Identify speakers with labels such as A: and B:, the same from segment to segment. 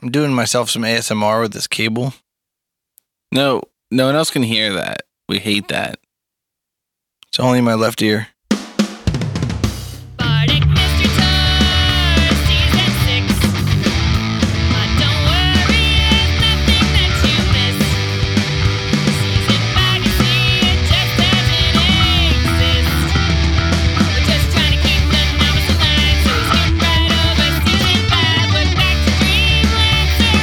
A: I'm doing myself some ASMR with this cable.
B: No, no one else can hear that. We hate that.
A: It's only in my left ear.
C: Bardic Mystery Tour, Season 6. But don't worry, it's nothing that you miss. Season 5, you see it just doesn't exist. We're just trying to keep the numbers aligned, so we skip right over Season 5. We're back to Dreamlancer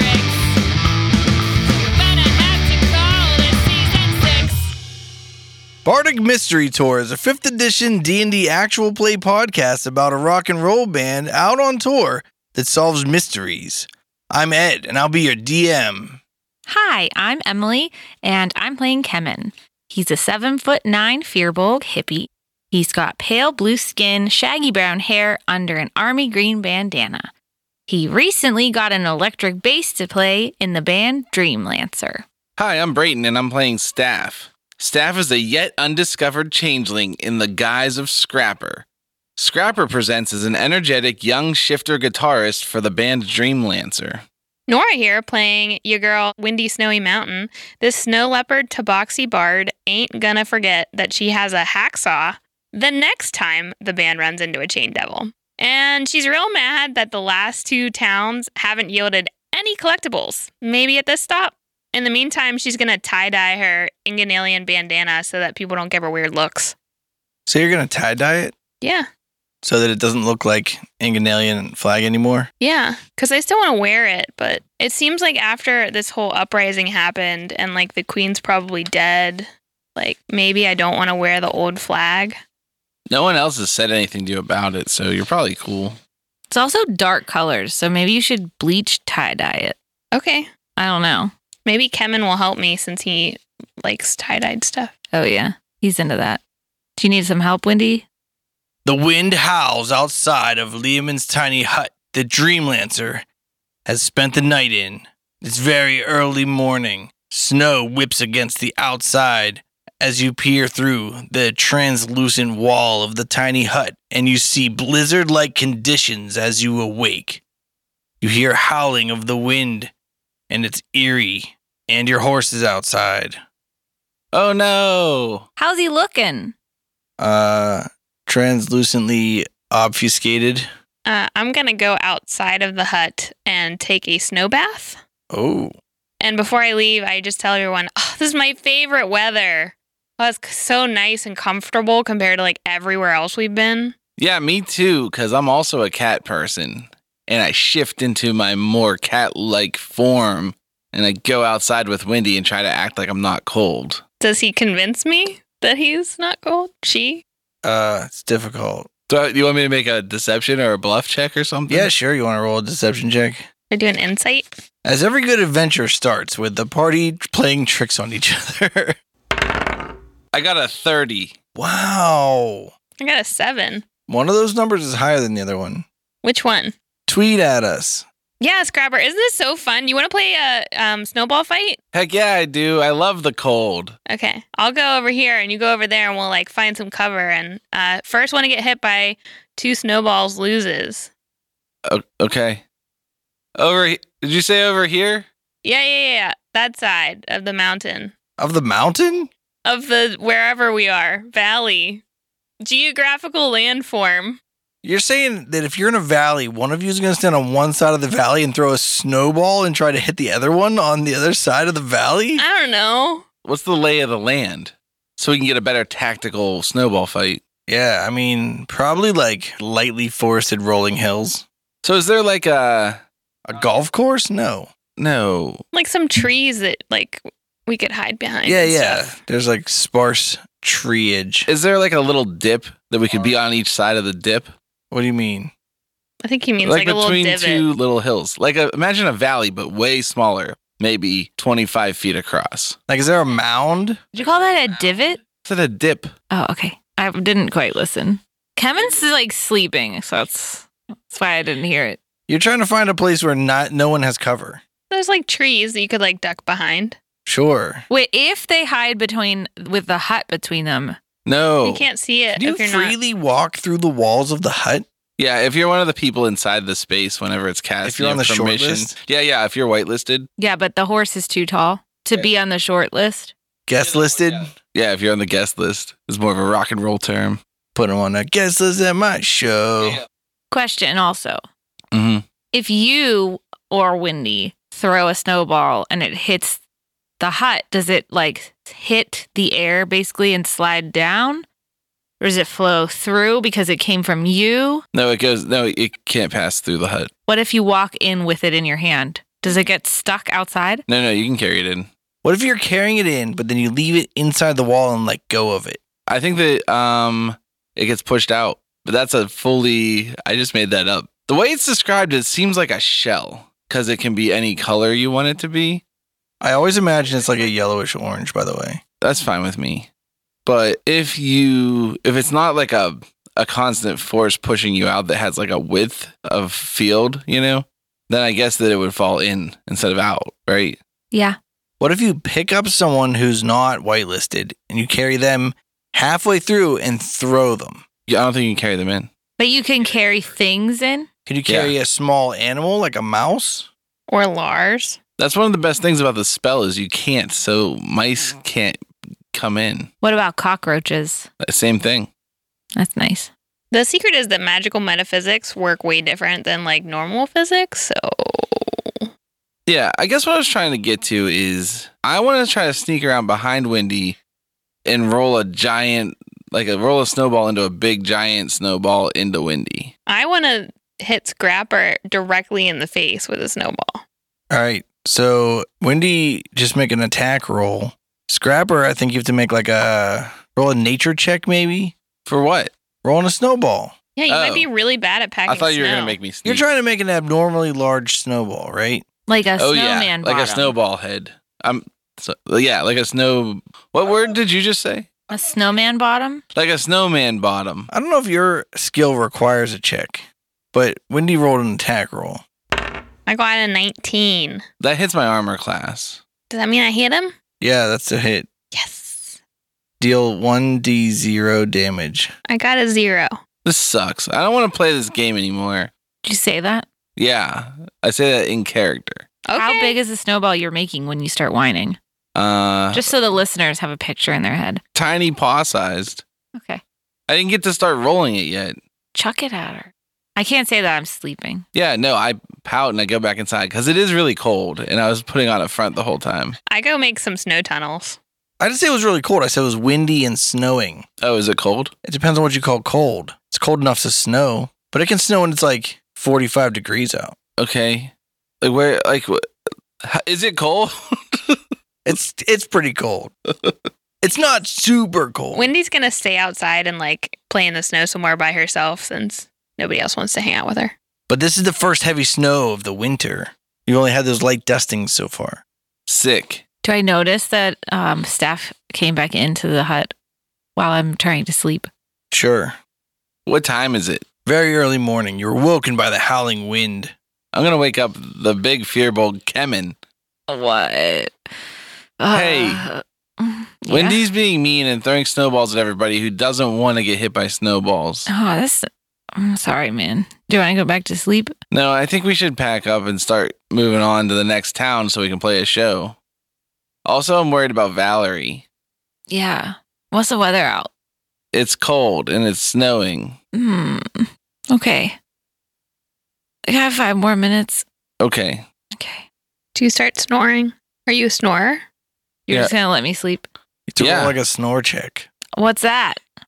C: and their tricks. So you're gonna have to call it Season 6.
A: Bardic Mystery Tour is a 5th edition D&D actual play podcast about a rock and roll band out on tour that solves mysteries. I'm Ed and I'll be your DM.
D: Hi, I'm Emily, and I'm playing Kemen. He's a seven foot nine Fearbolg hippie. He's got pale blue skin, shaggy brown hair under an army green bandana. He recently got an electric bass to play in the band Dreamlancer.
B: Hi, I'm Brayton and I'm playing Staff. Staff is a yet undiscovered changeling in the guise of Scrapper. Scrapper presents as an energetic young shifter guitarist for the band Dreamlancer.
E: Nora here playing your girl Windy Snowy Mountain. This snow leopard Tabaxi Bard ain't gonna forget that she has a hacksaw the next time the band runs into a chain devil. And she's real mad that the last two towns haven't yielded any collectibles, maybe at this stop. In the meantime, she's gonna tie dye her Inganalian bandana so that people don't give her weird looks.
A: So you're going to tie dye it
E: Yeah,
A: so that it doesn't look like Inganalian flag anymore?
E: Yeah, because I still want to wear it, but it seems like after this whole uprising happened and like the queen's probably dead, like maybe I don't want to wear the old flag.
B: No one else has said anything to you about it, so you're probably cool.
D: It's also dark colors, so maybe you should bleach tie dye it.
E: Okay,
D: I don't know.
E: maybe Kemen will help me since he likes tie dyed stuff.
D: Oh, yeah, he's into that. Do you need some help, Wendy?
A: The wind howls outside of Liaman's tiny hut the Dreamlancer has spent the night in. It's very early morning. Snow whips against the outside as you peer through the translucent wall of the tiny hut and you see blizzard like conditions as you awake. You hear howling of the wind and it's eerie, and your horse is outside.
B: Oh no!
D: How's he looking?
A: Uh, translucently obfuscated.
E: Uh, I'm gonna go outside of the hut and take a snow bath.
A: Oh.
E: And before I leave, I just tell everyone, oh, this is my favorite weather. Oh, it's so nice and comfortable compared to like everywhere else we've been.
B: Yeah, me too, because I'm also a cat person. And I shift into my more cat like form and I go outside with Wendy and try to act like I'm not cold.
E: Does he convince me that he's not cold? She?
A: Uh, it's difficult.
B: Do I, you want me to make a deception or a bluff check or something?
A: Yeah, sure. You want to roll a deception check?
E: I do an insight.
A: As every good adventure starts with the party playing tricks on each other.
B: I got a 30.
A: wow.
E: I got a seven.
A: One of those numbers is higher than the other one.
E: Which one?
A: Tweet at us.
E: Yeah, Scrapper, isn't this so fun? You want to play a um, snowball fight?
B: Heck yeah, I do. I love the cold.
E: Okay, I'll go over here and you go over there, and we'll like find some cover. And uh, first one to get hit by two snowballs loses.
B: O- okay. Over he- Did you say over here?
E: Yeah, yeah, yeah, yeah. That side of the mountain,
A: Of the mountain?
E: of the wherever we are, valley, geographical landform.
A: You're saying that if you're in a valley, one of you is going to stand on one side of the valley and throw a snowball and try to hit the other one on the other side of the valley?
E: I don't know.
B: What's the lay of the land? So we can get a better tactical snowball fight.
A: Yeah, I mean, probably like lightly forested rolling hills.
B: So is there like a.
A: A golf course? No.
B: No.
E: like some trees that like we could hide behind.
A: Yeah,
E: and
A: yeah.
E: stuff.
A: There's like sparse treeage.
B: Is there like a little dip that we could be on each side of the dip?
A: What do you mean?
E: I think he means like, a little
B: between
E: divot.
B: two little hills. Like a, imagine a valley, but way smaller, maybe 25 feet across.
A: Like, is there a mound?
D: Did you call that a divot?
B: Is it a dip?
D: Oh, okay. I didn't quite listen. Kevin's like sleeping, so that's that's why I didn't hear it.
A: You're trying to find a place where not no one has cover.
E: There's like trees that you could like duck behind.
A: Sure.
D: Wait, if they hide between with the hut between them,
B: No. Oh.
E: You can't see it
A: Do you
E: if you're not.
A: freely walk through the walls of the hut?
B: Yeah, if you're one of the people inside the space, whenever it's cast,
A: If you're
B: you
A: on
B: have
A: the short
B: permission.
A: list?
B: yeah, yeah. If you're whitelisted,
D: Yeah, but the horse is too tall to be on the short list.
A: Guest listed?
B: yeah. If you're on the guest list, it's more of a rock and roll term.
A: Put him on a guest list at my show.
D: Question also
B: hmm
D: if you or Wendy throw a snowball and it hits the hut, does it like hit the air basically and slide down? Or does it flow through because it came from you?
B: No, it goes. No, it can't pass through the hut.
D: What if you walk in with it in your hand? Does it get stuck outside?
B: No, no, you can carry it in.
A: What if you're carrying it in, but then you leave it inside the wall and let go of it?
B: I think that um, it gets pushed out, but that's a fully. I just made that up. The way it's described, it seems like a shell because it can be any color you want it to be.
A: I always imagine it's like a yellowish orange, by the way.
B: that's fine with me. But if you if it's not like a a constant force pushing you out that has like a width of field, you know, then I guess that it would fall in instead of out, right?
D: Yeah.
A: What if you pick up someone who's not whitelisted and you carry them halfway through and throw them?
B: Yeah, I don't think you can carry them in.
D: But you can carry things in.
A: Can you carry a small animal like a mouse?
E: Or Lars.
B: That's one of the best things about the spell is you can't, so mice can't come in. Uh,
D: What about cockroaches?
B: Same thing.
D: That's nice.
E: The secret is that magical metaphysics work way different than like normal physics. So
B: Yeah, I guess what I was trying to get to is I want to try to sneak around behind Wendy and roll a giant, like a roll a snowball into a big giant snowball into Wendy.
E: I want to hit Scrapper directly in the face with a snowball.
A: All right. So Wendy, just make an attack roll. Scrapper, I think you have to make like a roll a nature check, maybe.
B: For what?
A: Rolling a snowball.
E: Yeah, you might
B: Oh.
E: be really bad at packing.
B: I thought you were
E: snow.
B: gonna make me sneak.
A: You're trying to make an abnormally large snowball, right?
D: Like a
B: oh yeah,
D: snowman.
B: like a
D: bottom.
B: snowball head. I'm so, yeah, like a snow. What word did you just say?
D: A snowman bottom?
B: Like a snowman bottom.
A: I don't know if your skill requires a check, but Wendy rolled an attack roll.
E: I got a 19.
B: That hits my armor class.
E: Does that mean I hit him?
A: Yeah, that's a hit.
E: Yes.
A: Deal 1d0 damage.
E: I got a zero.
B: This sucks. I don't want to play this game anymore.
D: Did you say that?
B: Yeah, I say that in character.
E: Okay.
D: How big is the snowball you're making when you start whining?
B: Uh,
D: Just so the listeners have a picture in their head.
B: tiny paw sized.
D: Okay.
B: I didn't get to start rolling it yet.
D: Chuck it at her. I can't say that I'm sleeping.
B: Yeah, no, I pout and I go back inside because it is really cold, and I was putting on a front the whole time.
E: I go make some snow tunnels.
A: I didn't say it was really cold. I said it was windy and snowing.
B: Oh, is it cold?
A: It depends on what you call cold. It's cold enough to snow, but it can snow when it's like 45 degrees out.
B: Okay, like where? Like, wh- how- is it cold?
A: It's it's pretty cold. it's not super cold.
E: Wendy's going to stay outside and like play in the snow somewhere by herself since nobody else wants to hang out with her.
A: but this is the first heavy snow of the winter. You've only had those light dustings so far.
B: Sick.
D: Do I notice that um, staff came back into the hut while I'm trying to sleep?
A: Sure.
B: What time is it?
A: Very early morning, you were woken by the howling wind.
B: I'm gonna wake up the big fearbold Kemen.
D: What? Uh,
B: Hey. Wendy's being mean and throwing snowballs at everybody who doesn't want to get hit by snowballs.
D: Oh, that's. I'm sorry, man. Do I go back to sleep?
B: No, I think we should pack up and start moving on to the next town so we can play a show. Also, I'm worried about Valerie.
D: Yeah. What's the weather out?
B: It's cold and it's snowing.
D: Hmm. Okay. I have five more minutes.
B: Okay.
D: Okay.
E: Do you start snoring? Are you a snorer?
D: You're
B: Yeah.
D: just going to let me sleep?
A: You took
B: Yeah.
A: like a snore check.
D: What's that?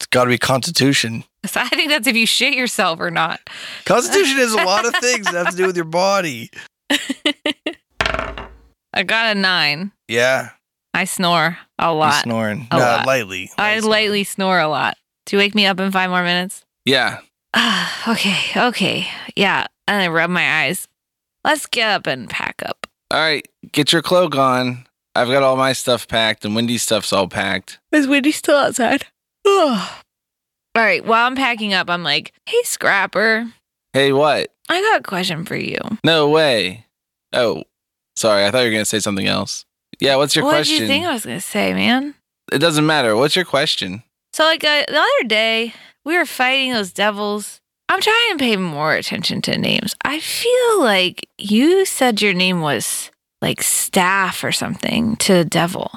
A: It's got to be Constitution.
D: 'Cause I think that's if you shit yourself or not.
A: Constitution is a lot of things that have to do with your body.
D: I got a nine.
A: Yeah,
D: I snore a
A: you
D: lot.
A: snoring.
D: A
A: Nah,
D: lot.
A: lightly.
D: I
A: Light
D: lightly snore a lot. Do you wake me up in five more minutes?
B: Yeah.
D: Ah, okay, okay. Yeah. And I rub my eyes. Let's get up and pack up.
B: All right. Get your cloak on. I've got all my stuff packed and Wendy's stuff's all packed.
D: Is Wendy still outside? Ugh. All right. While I'm packing up, I'm like, hey, Scrapper,
B: Hey, what?
D: I got a question for you.
B: No way. Oh, sorry. I thought you were going to say something else. Yeah. What's your
D: what
B: question?
D: did you think I was going to say, man?
B: it doesn't matter. What's your question?
D: So like uh, the other day, we were fighting those devils, I'm trying to pay more attention to names. I feel like you said your name was like staff or something to the devil.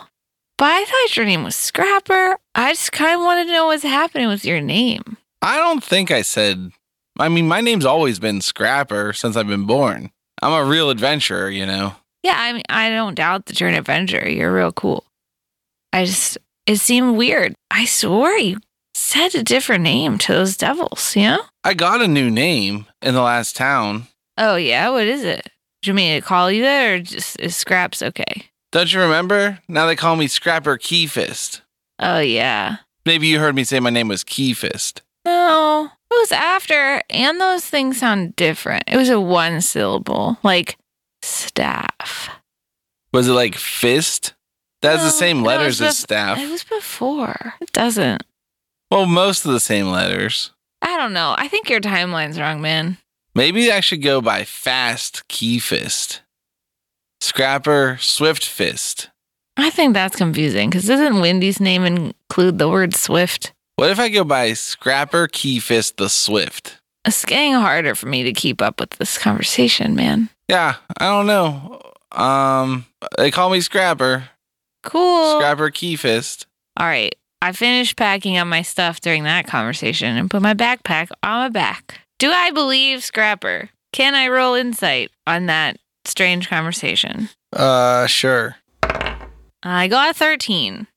D: But I thought your name was Scrapper. I just kind of wanted to know what's happening with your name.
B: I don't think I said. I mean, my name's always been Scrapper since I've been born. I'm a real adventurer, you know.
D: Yeah, I mean, I don't doubt that you're an Avenger. You're real cool. I just, it seemed weird. I swore you said a different name to those devils, you know?
B: I got a new name in the last town.
D: Oh, yeah. What is it? Do you mean to call you that or just is Scraps okay?
B: Don't you remember? Now they call me Scrapper Keyfist.
D: Oh, yeah.
B: Maybe you heard me say my name was Keyfist.
D: No, it was after, and those things sound different. It was a one syllable, like staff.
B: Was it like fist? That's
D: No,
B: the same
D: no, it's
B: letters
D: the-
B: as staff.
D: It was before. It doesn't.
B: well, most of the same letters.
D: I don't know. I think your timeline's wrong, man.
B: Maybe I should go by Fast Keyfist. Scrapper Swift Fist.
D: I think that's confusing because doesn't Wendy's name include the word swift?
B: What if I go by Scrapper Keyfist the Swift?
D: It's getting harder for me to keep up with this conversation, man.
B: Yeah, I don't know. Um, they call me Scrapper.
D: Cool.
B: Scrapper Keyfist.
D: All right. I finished packing up my stuff during that conversation and put my backpack on my back. Do I believe Scrapper? Can I roll insight on that strange conversation?
A: Uh, sure.
D: I got a 13.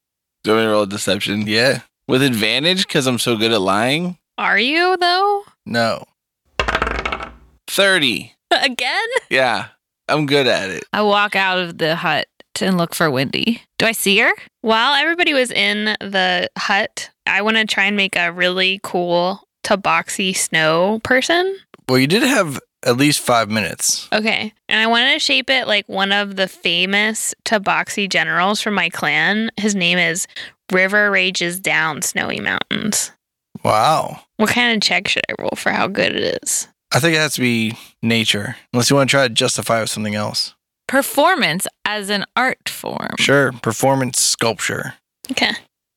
B: Do you want me to roll a deception?
A: Yeah.
B: With advantage because I'm so good at lying?
E: Are you though?
A: No.
B: 30.
E: Again?
B: Yeah, I'm good at it.
D: I walk out of the hut and look for Wendy. Do I see her?
E: While everybody was in the hut, I want to try and make a really cool Tabaxi snow person.
A: Well, you did have at least five minutes.
E: Okay. And I wanted to shape it like one of the famous Tabaxi generals from my clan. His name is River Rages Down Snowy Mountains.
A: Wow.
E: What kind of check should I roll for how good it is?
A: I think it has to be nature, unless you want to try to justify it with something else.
D: Performance as an art form.
A: Sure. Performance sculpture.
E: Okay.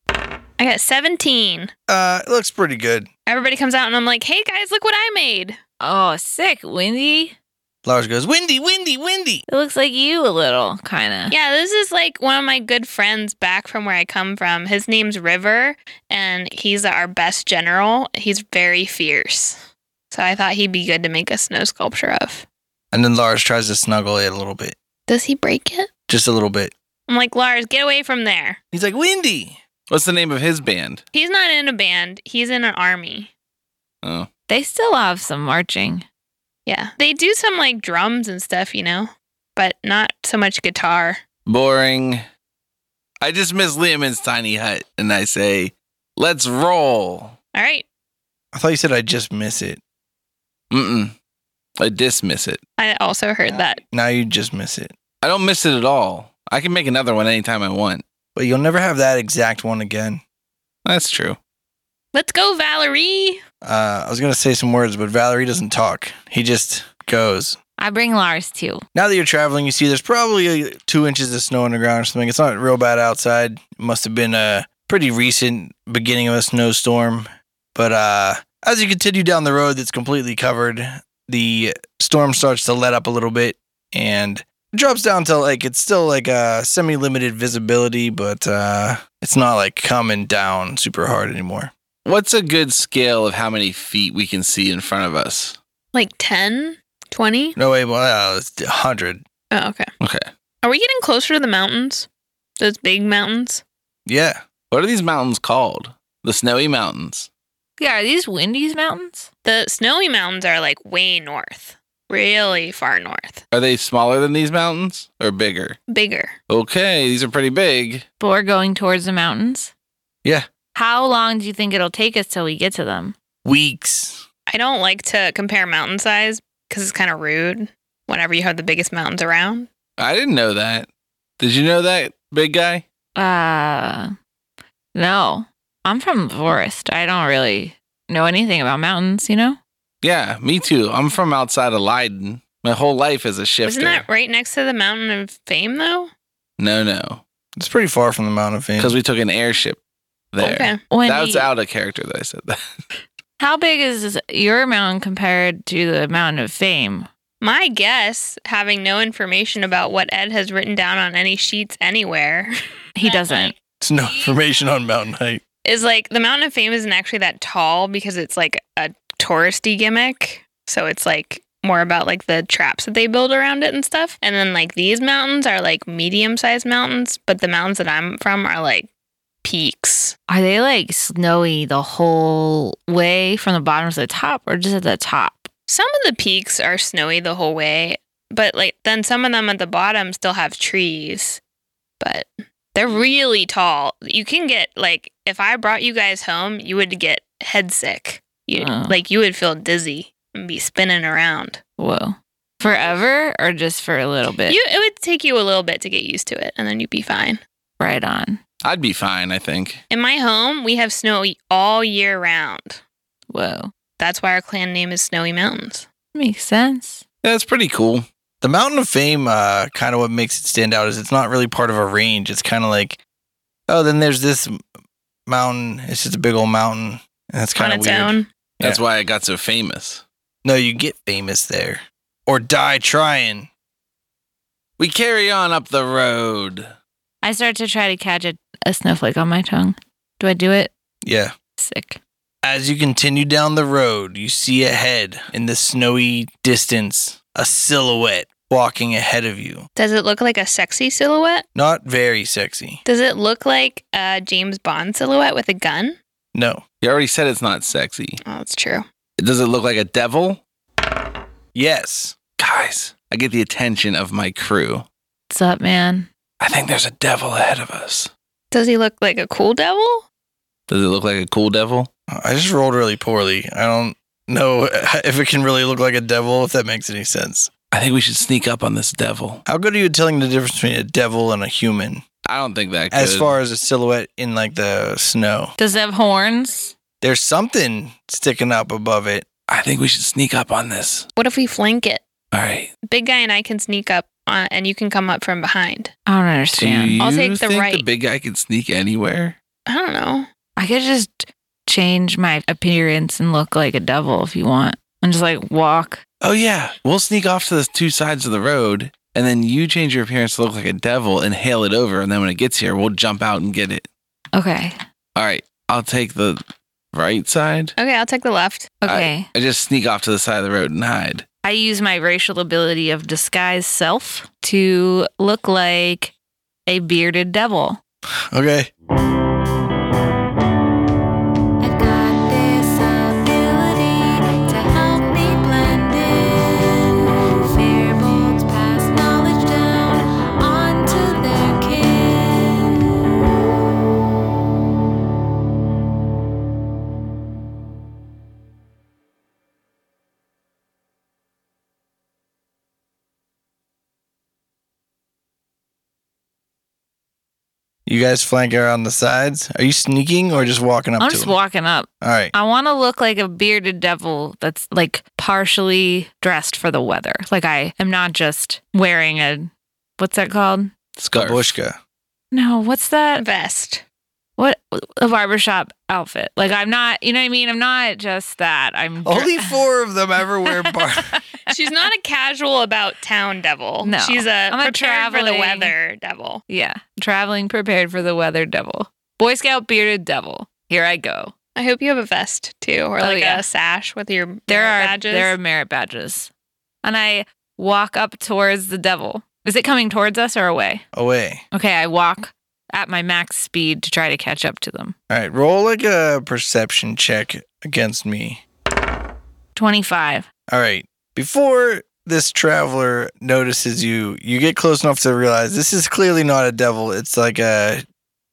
E: I got 17.
A: Uh, it looks pretty good.
E: Everybody comes out and I'm like, hey guys, look what I made.
D: Oh, sick, Wendy.
A: Lars goes, Windy, windy, windy.
D: It looks like you a little, kind of.
E: Yeah, this is like one of my good friends back from where I come from. His name's River, and he's our best general. He's very fierce. So I thought he'd be good to make a snow sculpture of.
A: And then Lars tries to snuggle it a little bit,
E: Does he break it?
A: just a little bit.
E: I'm like, Lars, get away from there.
A: He's like, Windy.
B: What's the name of his band?
E: He's not in a band, he's in an army.
B: Oh,
D: They still have some marching.
E: Yeah. They do some like drums and stuff, you know, but not so much guitar.
B: boring. I just miss Liam's tiny hut and I say, let's roll.
E: All right.
A: I thought you said I just miss it.
B: Mm-mm. I dismiss it.
E: I also heard that.
A: Now you just miss it.
B: I don't miss it at all. I can make another one anytime I want.
A: But you'll never have that exact one again.
B: That's true.
E: Let's go, Valerie.
A: Uh, I was going to say some words, but Valerie doesn't talk. He just goes.
D: I bring Lars too.
A: Now that you're traveling, you see there's probably uh, two inches of snow on the ground or something. It's not real bad outside. It must have been a pretty recent beginning of a snowstorm. But uh, as you continue down the road that's completely covered, the storm starts to let up a little bit and it drops down to like it's still like a semi limited visibility, but uh, it's not like coming down super hard anymore.
B: What's a good scale of how many feet we can see in front of us?
E: Like 10, 20?
A: No way, well, uh, it's 100.
E: Oh, okay.
B: Okay.
E: Are we getting closer to the mountains? Those big mountains?
A: Yeah.
B: What are these mountains called? The Snowy Mountains.
D: Yeah, are these Wendy's mountains?
E: The snowy mountains are like way north, really far north,
B: Are they smaller than these mountains or bigger?
E: bigger.
B: Okay, these are pretty big.
D: But we're going towards the mountains?
A: Yeah.
D: How long do you think it'll take us till we get to them?
A: Weeks.
E: I don't like to compare mountain size because it's kind of rude whenever you have the biggest mountains around.
B: I didn't know that. Did you know that, big guy?
D: Uh no. I'm from the forest. I don't really know anything about mountains, you know?
B: Yeah, me too. I'm from outside of Leiden. My whole life is a shifter.
E: Isn't that right next to the mountain of fame, though?
B: No, no.
A: It's pretty far from the Mount of Fame.
B: Because we took an airship there.
E: Okay.
D: When
B: That was
D: we-
B: out of character that I said that.
D: How big is your mountain compared to the mountain of fame?
E: My guess, having no information about what Ed has written down on any sheets anywhere,
D: He doesn't.
A: It's no information on mountain height.
E: is like the Mountain of Fame isn't actually that tall because it's like a touristy gimmick. So it's like more about like the traps that they build around it and stuff. And then like these mountains are like medium sized mountains, but the mountains that I'm from are like peaks.
D: Are they like snowy the whole way from the bottom to the top or just at the top?
E: Some of the peaks are snowy the whole way, but like then some of them at the bottom still have trees, but they're really tall. You can get like if I brought you guys home, you would get head sick. You
D: Oh.
E: like you would feel dizzy and be spinning around.
D: Whoa. Forever or just for a little bit?
E: You it would take you a little bit to get used to it and then you'd be fine.
D: right on.
B: I'd be fine, I think.
E: In my home, we have snow all year round.
D: Whoa.
E: That's why our clan name is Snowy Mountains.
D: Makes sense.
B: That's pretty cool.
A: The Mountain of Fame, uh, kind of what makes it stand out is it's not really part of a range. It's kind of like, oh, then there's this m- mountain. It's just a big old mountain. And that's
E: On
A: kind of
E: its
A: weird.
E: own.
B: That's why I got so famous.
A: No, you get famous there or die trying.
B: We carry on up the road.
D: I start to try to catch a, a snowflake on my tongue. Do I do it?
A: Yeah.
D: Sick.
A: As you continue down the road, you see ahead in the snowy distance a silhouette walking ahead of you.
E: Does it look like a sexy silhouette?
A: Not very sexy.
E: Does it look like a James Bond silhouette with a gun?
A: No.
B: You already said it's not sexy.
E: Oh, that's true.
B: Does it look like a devil?
A: Yes.
B: Guys, I get the attention of my crew.
D: What's up, man?
B: I think there's a devil ahead of us.
E: Does he look like a cool devil?
B: Does it look like a cool devil?
A: Uh, I just rolled really poorly. I don't know if it can really look like a devil, if that makes any sense.
B: I think we should sneak up on this devil.
A: How good are you at telling the difference between a devil and a human
B: I don't think that.
A: as
B: could.
A: far as a silhouette in like the snow?
D: Does it have horns?
A: There's something sticking up above it.
B: I think we should sneak up on this.
E: What if we flank it?
B: All right.
E: Big guy and I can sneak up on, and you can come up from behind.
D: I don't
B: Do
D: understand.
B: you
E: I'll take the
B: think the
E: right.
B: big guy can sneak anywhere?
E: I don't know.
D: I could just change my appearance and look like a devil if you want. And just like walk.
B: Oh yeah, we'll sneak off to the two sides of the road, and then you change your appearance to look like a devil and hail it over, and then when it gets here, we'll jump out and get it.
D: Okay.
B: All right, I'll take the right side.
E: Okay, I'll take the left.
D: Okay.
B: I just sneak off to the side of the road and hide.
D: I use my racial ability of disguise self to look like a bearded devil.
A: Okay.
C: I've got this ability to help me blend in. Firebolt pass knowledge down onto their kin.
A: You guys flank around the sides. Are you sneaking or just walking up
D: I'm
A: to
D: just
A: him?
D: walking up.
A: All right.
D: I want to look like a bearded devil that's like partially dressed for the weather. Like I am not just wearing a what's that called?
B: Scarf.
A: Babushka.
D: No, what's that?
E: Vest.
D: What a barbershop outfit. Like I'm not, you know what I mean? I'm not just that. I'm dre-
A: Only four of them ever wear bar.
E: She's not a casual about town devil.
D: No.
E: She's a
D: I'm a
E: prepared for the
D: traveling-
E: weather devil.
D: Yeah, traveling prepared for the weather devil. Boy Scout bearded devil. Here I go.
E: I hope you have a vest too, or
D: Oh,
E: like
D: yeah.
E: a sash with your
D: There
E: merit
D: are
E: badges.
D: there are merit badges, and I walk up towards the devil. Is it coming towards us or away?
A: Away.
D: Okay, I walk at my max speed to try to catch up to them.
A: All right. Roll like a perception check against me.
D: Twenty five.
A: All right. Before this traveler notices you, you get close enough to realize this is clearly not a devil. It's like a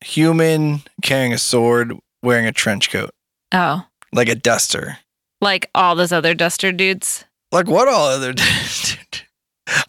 A: human carrying a sword, wearing a trench coat,
D: Oh,
A: like a duster.
D: like all those other duster dudes.
A: Like what all other?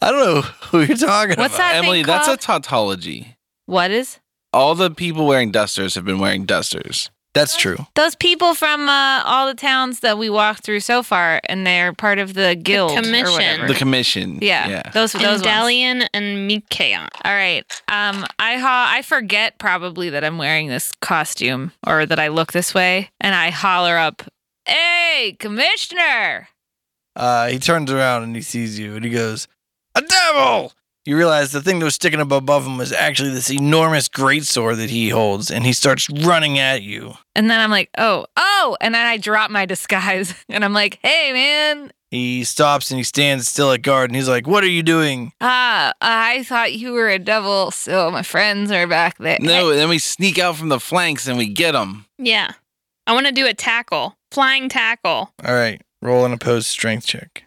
A: I don't know who you're talking
D: What's
A: about.
D: that thing
B: Emily, that's a
D: called?
B: tautology.
D: What is
B: All the people wearing dusters have been wearing dusters.
A: That's true.
D: those people from uh, all the towns that we walked through so far, and they're part of the guild or
E: commission.
D: whatever.
B: The commission.
D: yeah,
B: Yeah.
D: those
E: And
D: those ones.
E: Dalian and Mikaon.
D: All right. Um, I ha- I forget probably that I'm wearing this costume or that I look this way, and I holler up Hey, Commissioner!
A: Uh, he turns around and he sees you and he goes, A devil! You realize the thing that was sticking up above him was actually this enormous greatsword that he holds, and he starts running at you.
D: And then I'm like, oh, oh! And then I drop my disguise and I'm like, hey, man,
A: He stops and he stands still at guard and he's like, What are you doing?
D: ah, I thought you were a devil, so my friends are back there.
B: No, and then we sneak out from the flanks and we get them.
E: Yeah. I want to do a tackle, flying tackle.
A: All right, roll an opposed strength check.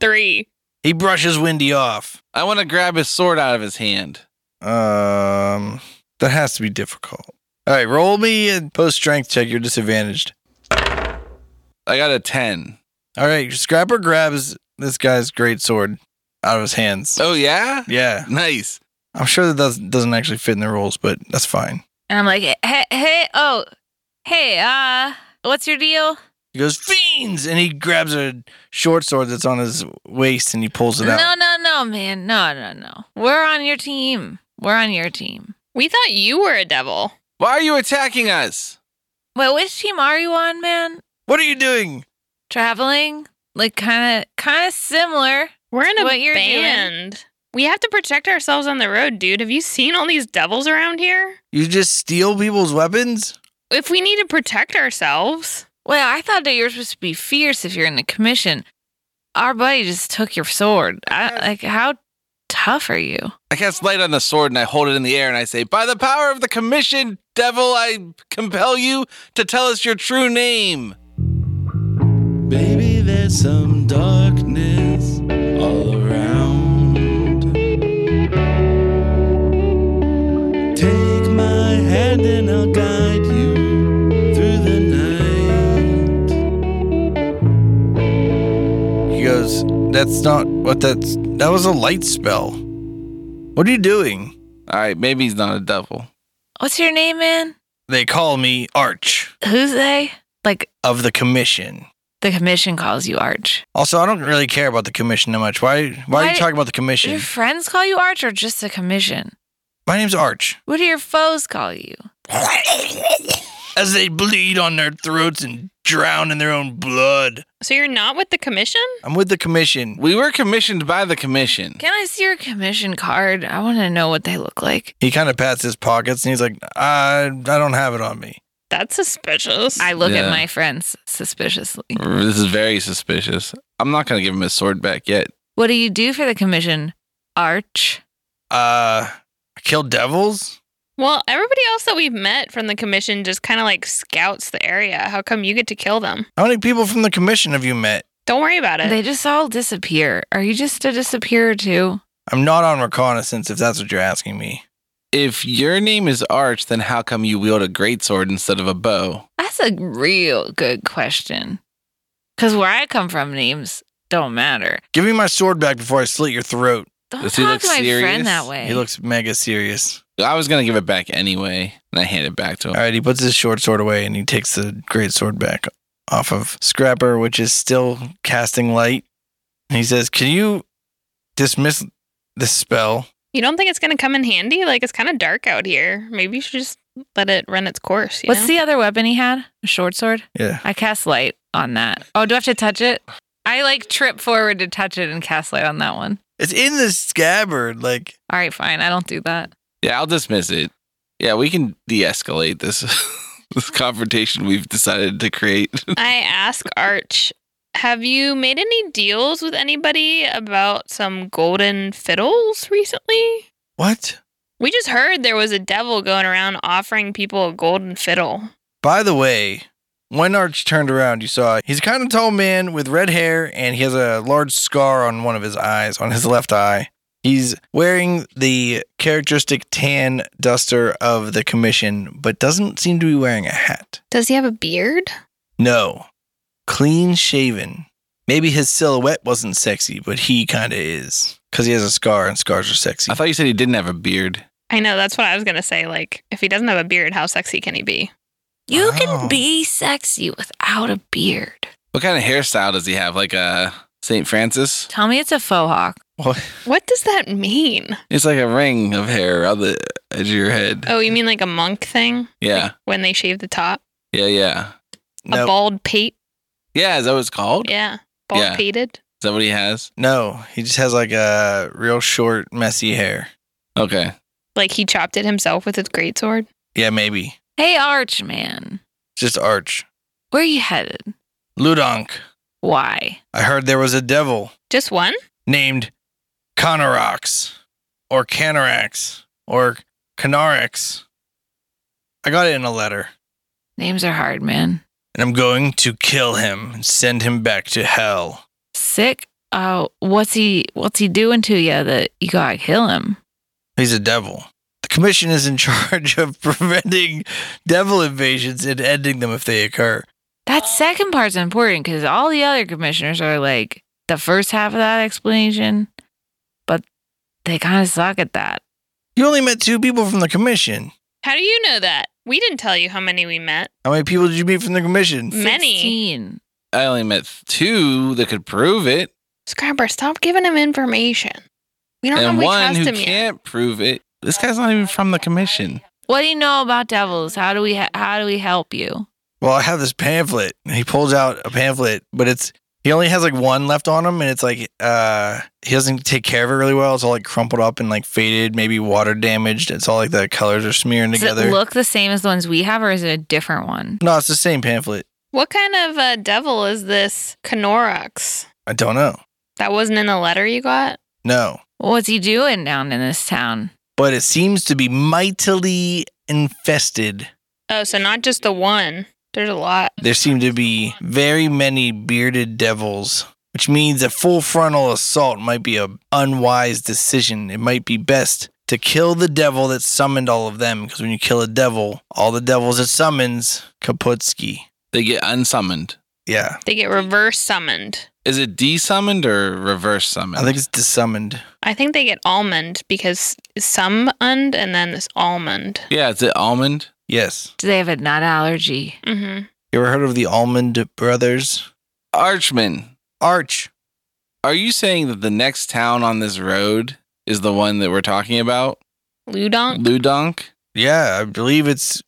E: Three.
A: He brushes Wendy off.
B: I want to grab his sword out of his hand.
A: Um, that has to be difficult. All right, roll me a post strength check. You're disadvantaged.
B: I got a 10.
A: All right, Scrapper grabs this guy's great sword out of his hands.
B: Oh, yeah?
A: Yeah.
B: Nice.
A: I'm sure that doesn't, doesn't actually fit in the rules, but that's fine.
D: And I'm like, hey, hey, oh, hey, uh, what's your deal?
A: He goes, Fiends! And he grabs a short sword that's on his waist and he pulls it
D: No,
A: out.
D: no, no, man. No, no, no. We're on your team. We're on your team.
E: We thought you were a devil.
B: Why are you attacking us?
D: Wait, which team are you on, man?
A: What are you doing?
D: Traveling? Like, kind of, kind of similar.
E: We're in a
D: What you're doing.
E: band. We have to protect ourselves on the road, dude. Have you seen all these devils around here?
A: You just steal people's weapons?
E: If we need to protect ourselves,
D: Well, I thought that you're supposed to be fierce if you're in the commission. Our buddy just took your sword. I, like, how tough are you?
B: I cast light on the sword and I hold it in the air and I say, By the power of the commission, devil, I compel you to tell us your true name.
F: Baby, there's some darkness all around. Take my hand and I'll guide you through the night.
A: He goes, That's not what that's. That was a light spell. What are you doing?
B: All right, maybe he's not a devil.
D: What's your name, man?
A: They call me Arch
D: Who's they? Like,
A: of the Commission.
D: the commission calls you Arch.
A: Also, I don't really care about the Commission that much. Why, why, are
D: Why-
A: you talking about the
D: Do your
A: Commission?
D: friends call you Arch or just the commission?
A: My name's Arch.
D: What do your foes call you?
A: As they bleed on their throats and drown in their own blood.
E: so you're not with the commission?
A: I'm with the Commission.
B: We were commissioned by the commission.
D: Can I see your commission card? I want to know what they look like.
A: He kind of pats his pockets and he's like, I, I don't have it on me.
E: That's suspicious.
D: I look
B: Yeah.
D: at my friends suspiciously.
B: This is very suspicious. I'm not going to give him his sword back yet.
D: What do you do for the commission, Arch?
A: Uh, I kill devils?
E: well, everybody else that we've met from the commission just kind of like scouts the area. How come you get to kill them?
A: How many people from the commission have you met?
E: Don't worry about it.
D: They just all disappear. Are you just a disappearer too?
A: I'm not on reconnaissance if that's what you're asking me.
B: If your name is Arch, then how come you wield a greatsword instead of a bow?
D: That's a real good question. Because where I come from, names don't matter.
A: Give me my sword back before I slit your throat.
D: Don't
B: Does he
D: talk
B: look
D: to my
B: serious?
D: friend that way.
A: He looks mega serious.
B: I was going to give it back anyway, and I hand it back to him.
A: All right, he puts his short sword away and he takes the great sword back off of Scrapper, which is still casting light. And he says, Can you dismiss this spell?
E: you don't think it's going to come in handy? Like, it's kind of dark out here. Maybe you should just let it run its course. You
D: What's
E: know?
D: the other weapon he had? A short sword?
A: Yeah.
D: I cast light on that. Oh, do I have to touch it? I like trip forward to touch it and cast light on that one.
A: It's in the scabbard. Like,
D: All right, fine. I don't do that.
B: Yeah, I'll dismiss it. Yeah, we can de-escalate this this confrontation we've decided to create.
E: I ask Arch, have you made any deals with anybody about some golden fiddles recently?
A: what?
E: We just heard there was a devil going around offering people a golden fiddle.
A: By the way, when Arch turned around, you saw he's a kind of tall man with red hair and he has a large scar on one of his eyes, on his left eye. He's wearing the characteristic tan duster of the commission, but doesn't seem to be wearing a hat.
E: Does he have a beard?
A: No. Clean shaven. Maybe his silhouette wasn't sexy, but he kind of is. Because he has a scar and scars are sexy.
B: I thought you said he didn't have a beard.
E: I know, that's what I was going to say. Like, if he doesn't have a beard, how sexy can he be?
D: You
A: Oh.
D: can be sexy without a beard.
B: What kind of hairstyle does he have? Like a St. Francis?
D: Tell me it's a faux hawk.
E: What does that mean?
B: It's like a ring of hair on the edge of your head.
E: Oh, you mean like a monk thing?
B: Yeah,
E: When they shave the top?
B: yeah, yeah.
E: A
A: Nope.
E: bald pate.
B: Yeah, is that what it's called? Is
E: Yeah. Bald
B: Yeah.
E: pated.
B: that what he has?
A: No, he just has like a real short, messy hair.
B: Okay.
E: Like he chopped it himself with his greatsword.
A: Yeah, maybe.
D: Hey, Archman,
A: Just Arch.
D: where you headed?
A: Ludonk.
D: Why?
A: I heard there was a devil
E: Just one?
A: named Conorax or Canarax or Canarax. I got it in a letter.
D: Names are hard, man.
A: And I'm going to kill him and send him back to hell.
D: Sick. Oh, what's he? What's he doing to you that you gotta kill him?
A: He's a devil. The commission is in charge of preventing devil invasions and ending them if they occur.
D: That second part's important because all the other commissioners are like the first half of that explanation, but they kind of suck at that.
A: You only met two people from the commission.
E: How do you know that? We didn't tell you how many we met.
A: How many people did you meet from the commission?
E: Many.
D: 16.
B: I only met two that could prove it,
E: Scrapper, stop giving him information. We don't know if
B: and
E: we
B: one
E: trust
B: who
E: him yet.
B: can't prove it. This guy's not even from the commission.
D: What do you know about devils? How do we ha- how do we help you?
A: Well, I have this pamphlet. And He pulls out a pamphlet, but it's he only has like one left on him, and it's like uh he doesn't take care of it really well. It's all like crumpled up and like faded, maybe water damaged. It's all like the colors are smearing
D: Does
A: together.
D: it look the same as the ones we have, or is it a different one?
A: no, it's the same pamphlet.
E: What kind of uh, devil is this Canorox?
A: I don't know.
E: That wasn't in the letter you got?
A: No.
D: What's he doing down in this town?
A: But it seems to be mightily infested.
E: Oh, so not just the one. There's a lot.
A: There seem to be very many bearded devils, which means a full frontal assault might be an unwise decision. It might be best to kill the devil that summoned all of them, because when you kill a devil, all the devils it summons, kaputski.
B: They get unsummoned.
A: Yeah,
E: They get reverse summoned.
B: Is it desummoned or reverse summoned?
A: I think it's dissummoned.
E: I think they get almond because some und and then this almond.
B: yeah, it's it almond?
A: Yes.
D: Do they have a nut allergy?
E: Mm-hmm.
A: You ever heard of the Almond Brothers?
B: Archman,
A: Arch.
B: are you saying that the next town on this road is the one that we're talking about?
E: Ludonk.
B: Ludonk?
A: Yeah, I believe it's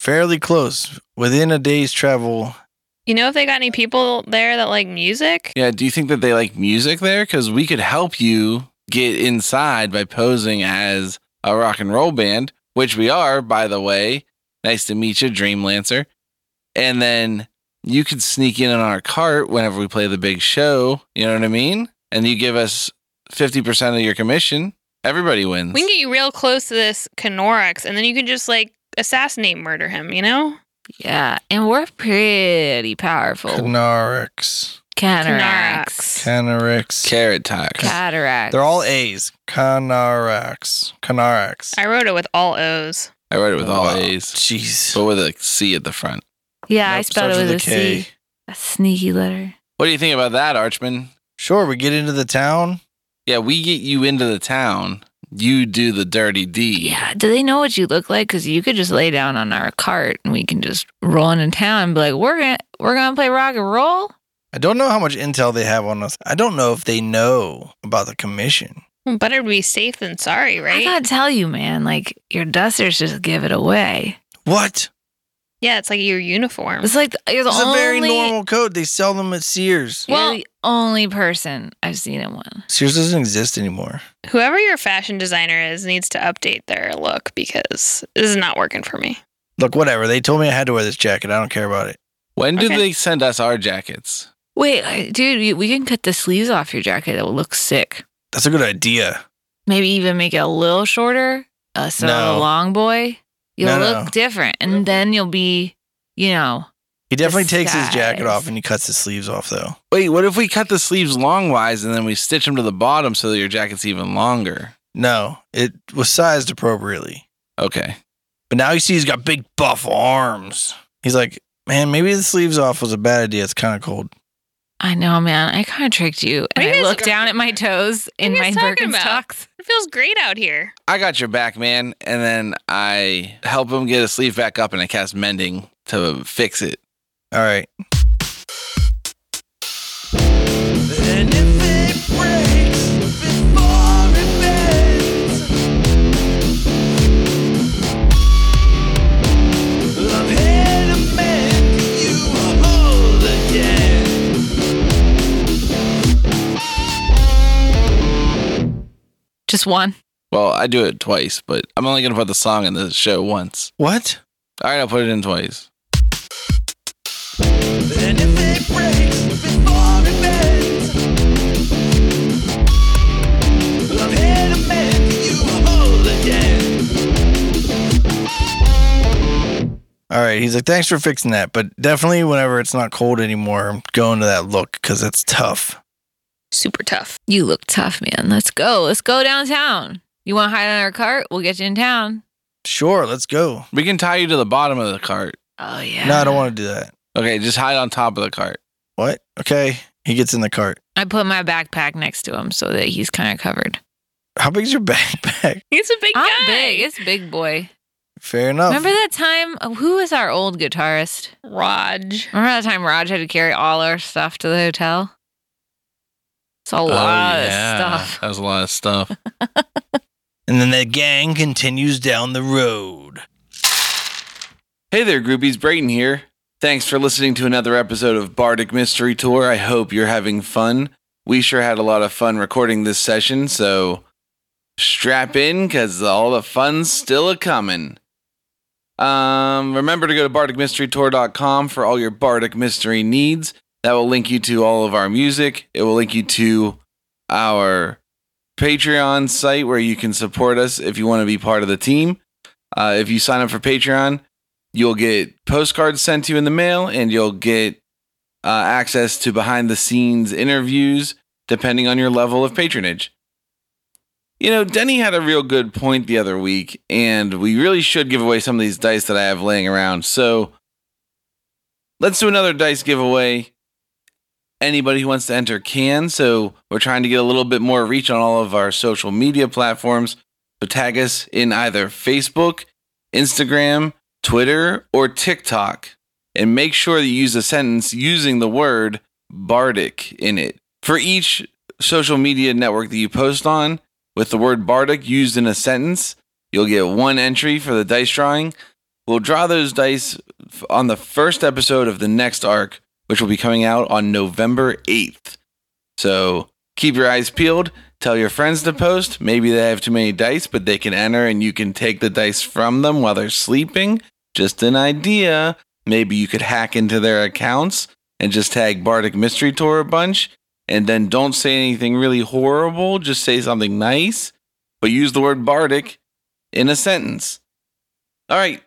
A: fairly close, within a day's travel.
E: You know if they got any people there that like music?
B: Yeah, do you think that they like music there? Because we could help you get inside by posing as a rock and roll band, which we are, by the way. Nice to meet you, Dream Lancer. And then you could sneak in on our cart whenever we play the big show. You know what I mean? And you give us 50% of your commission. Everybody wins.
E: We can get you real close to this Canorox and then you can just like assassinate murder him, you know?
D: Yeah, and we're pretty powerful.
A: Canarix.
D: Cataracts.
A: Canarix.
B: Carrot tax.
D: Cataracts.
A: They're all A's. Canarax. Canarax.
E: I wrote it with all O's.
B: I wrote it with all
A: Wow.
B: A's,
A: Jeez.
B: but with a C at the front.
D: Yeah, I
A: Nope,
D: spelled
A: starts
D: it Oh, with a
A: with a
D: C. A sneaky letter.
B: What do you think about that, Archman?
A: Sure, we get into the town.
B: Yeah, we get you into the town. You do the dirty deed.
D: Yeah. Do they know what you look like? Because you could just lay down on our cart and we can just roll into town and be like, we're gonna we're gonna play rock and roll.
A: I don't know how much intel they have on us. I don't know if they know about the commission.
E: Well, Better be safe than sorry,
D: I
E: right?
D: gotta tell you, man, like your dusters just give it away.
A: What?
E: yeah, it's like your uniform.
D: It's like you're the
A: It's a
D: only
A: very normal coat. They sell them at Sears.
D: you're
E: Well-
D: the only person I've seen in one.
A: Sears doesn't exist anymore.
E: Whoever your fashion designer is needs to update their look because this is not working for me.
A: Look, whatever. They told me I had to wear this jacket. I don't care about it.
B: When did
E: Okay.
B: they send us our jackets?
D: Wait, I- dude, you- we can cut the sleeves off your jacket. It will look sick.
A: That's a good idea.
D: Maybe even make it a little shorter. Uh, so
A: No.
D: a long boy, you'll
A: No, no,
D: look
A: no.
D: different, and then you'll be, you know,
A: He definitely takes his jacket
D: Disguise.
A: off and he cuts his sleeves off, though.
B: Wait, what if we cut the sleeves longwise and then we stitch them to the bottom so that your jacket's even longer?
A: No, it was sized appropriately.
B: Okay.
A: But now you see he's got big buff arms. He's like, man, maybe the sleeves off was a bad idea. It's kind of cold.
D: I know, man. I kind of tricked you,
E: are
D: and
E: you
D: I
E: guys
D: looked
E: talking
D: down at my toes in
E: you
D: my
E: guys talking about?
D: Birkenstocks.
E: It feels great out here.
B: I got your back, man. And then I help him get a sleeve back up and I cast mending to fix it.
A: All right.
F: And if it breaks before it bends, I've had a man you
D: Just one.
B: Well, I do it twice, but I'm only going to put the song in the show once.
A: What?
B: All right, I'll put it in twice.
F: And if it breaks before it bends, I'm here to mend you whole again.
A: All right. He's like, thanks for fixing that. But definitely, whenever it's not cold anymore, I'm going to that look because it's tough.
E: Super tough.
D: You look tough, man. Let's go. Let's go downtown. You want to hide on our cart? We'll get you in town.
A: Sure. Let's go.
B: We can tie you to the bottom of the cart.
D: Oh, yeah.
A: No, I don't want to do that.
B: Okay, just hide on top of the cart.
A: What? Okay. He gets in the cart.
D: I put my backpack next to him so that he's kind of covered.
A: How big is your backpack?
E: He's a big
D: I'm
E: guy.
D: big. It's big boy.
A: Fair enough.
D: Remember that time? uh, Who was our old guitarist?
E: Raj.
D: Remember that time Raj had to carry all our stuff to the hotel? It's
G: Oh,
D: a lot of stuff.
B: Oh, That was a lot of stuff.
A: And then the gang continues down the road.
B: Hey there, groupies. Brayton here. Thanks for listening to another episode of Bardic Mystery Tour. I hope you're having fun. We sure had a lot of fun recording this session, so strap in because all the fun's still a coming. Um, remember to go to bardicmysterytour.com for all your bardic mystery needs. That will link you to all of our music. It will link you to our Patreon site where you can support us if you want to be part of the team. Uh, if you sign up for Patreon, you'll get postcards sent to you in the mail and you'll get uh, access to behind the scenes interviews depending on your level of patronage you know denny had a real good point the other week and we really should give away some of these dice that i have laying around so let's do another dice giveaway anybody who wants to enter can so we're trying to get a little bit more reach on all of our social media platforms so tag us in either facebook instagram Twitter, or TikTok, and make sure that you use a sentence using the word bardic in it. For each social media network that you post on, with the word bardic used in a sentence, you'll get one entry for the dice drawing. We'll draw those dice f- on the first episode of the next arc, which will be coming out on November 8th. So keep your eyes peeled. Tell your friends to post. Maybe they have too many dice, but they can enter and you can take the dice from them while they're sleeping. Just an idea. Maybe you could hack into their accounts and just tag Bardic Mystery Tour a bunch. And then don't say anything really horrible. Just say something nice, but use the word Bardic in a sentence. All right.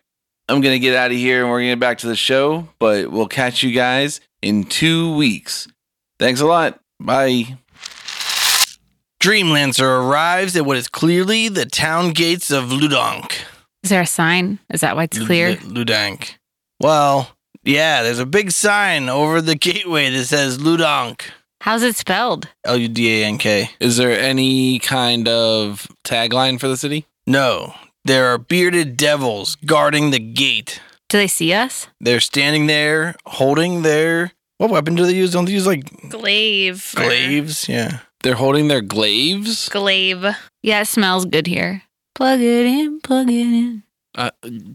B: I'm going to get out of here and we're going to get back to the show, but we'll catch you guys in two weeks. Thanks a lot. Bye.
A: Dreamlancer arrives at what is clearly the town gates of Ludonk.
G: Is there a sign? Is that why it's clear?
A: Lu- Ludank. Well, yeah, there's a big sign over the gateway that says Ludonk.
D: How's it spelled?
A: L U D A N K.
B: Is there any kind of tagline for the city?
A: No, there are bearded devils guarding the gate.
D: Do they see us?
A: They're standing there holding their. What weapon do they use? Don't they use like
E: Glaive.
A: glaives? Yeah.
B: They're holding their glaives.
E: Glaive.
G: Yeah, it smells good here.
D: Plug it in, plug it in.
B: Uh,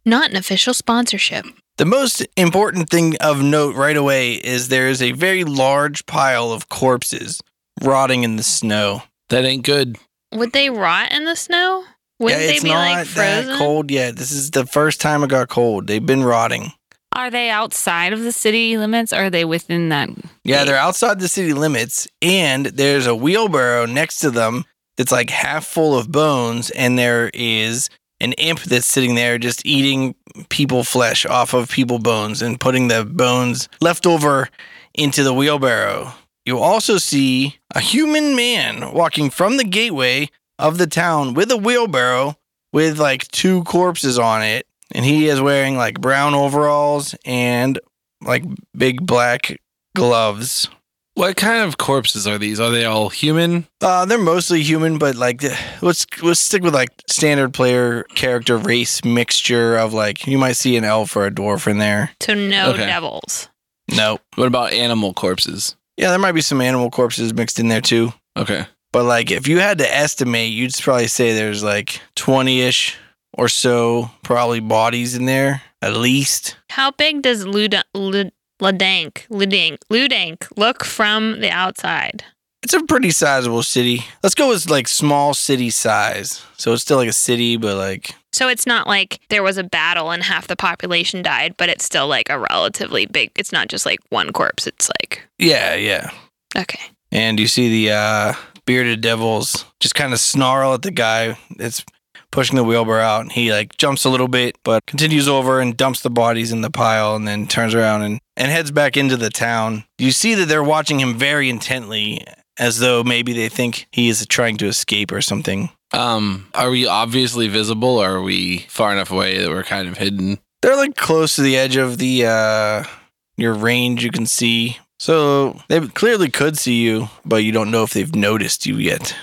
E: Not an official sponsorship.
A: The most important thing of note right away is there is a very large pile of corpses rotting in the snow.
B: that ain't good.
E: Would they rot in the snow? Wouldn't
A: yeah,
E: they
A: it's
E: be
A: not
E: like frozen?
A: that cold yet. This is the first time it got cold. They've been rotting.
G: Are they outside of the city limits? Or are they within that?
A: Yeah, they're outside the city limits, and there's a wheelbarrow next to them that's like half full of bones, and there is an imp that's sitting there just eating people flesh off of people bones and putting the bones left over into the wheelbarrow. You also see a human man walking from the gateway of the town with a wheelbarrow with like two corpses on it, and he is wearing like brown overalls and like big black gloves.
B: What kind of corpses are these? Are they all human?
A: Uh, they're mostly human, but like let's let's stick with like standard player character race mixture of like you might see an elf or a dwarf in there.
E: So no
B: Okay.
E: devils.
A: Nope.
B: What about animal corpses?
A: Yeah, there might be some animal corpses mixed in there too.
B: Okay.
A: But like if you had to estimate, you'd probably say there's like twenty ish or so probably bodies in there at least.
E: How big does Luda, Lud, Ludank, Ludank, Ludank look from the outside?
A: It's a pretty sizable city. Let's go with like small city size. So it's still like a city, but like
E: So it's not like there was a battle and half the population died, but it's still like a relatively big. It's not just like one corpse. It's like
A: yeah, yeah.
E: okay.
A: And you see the uh, bearded devils just kind of snarl at the guy that's pushing the wheelbarrow out. And he like jumps a little bit, but continues over and dumps the bodies in the pile and then turns around and, and heads back into the town. You see that they're watching him very intently as though maybe they think he is trying to escape or something.
B: Um, are we obviously visible or are we far enough away that we're kind of hidden?
A: They're like close to the edge of the uh your range you can see. So they clearly could see you, but you don't know if they've noticed you yet.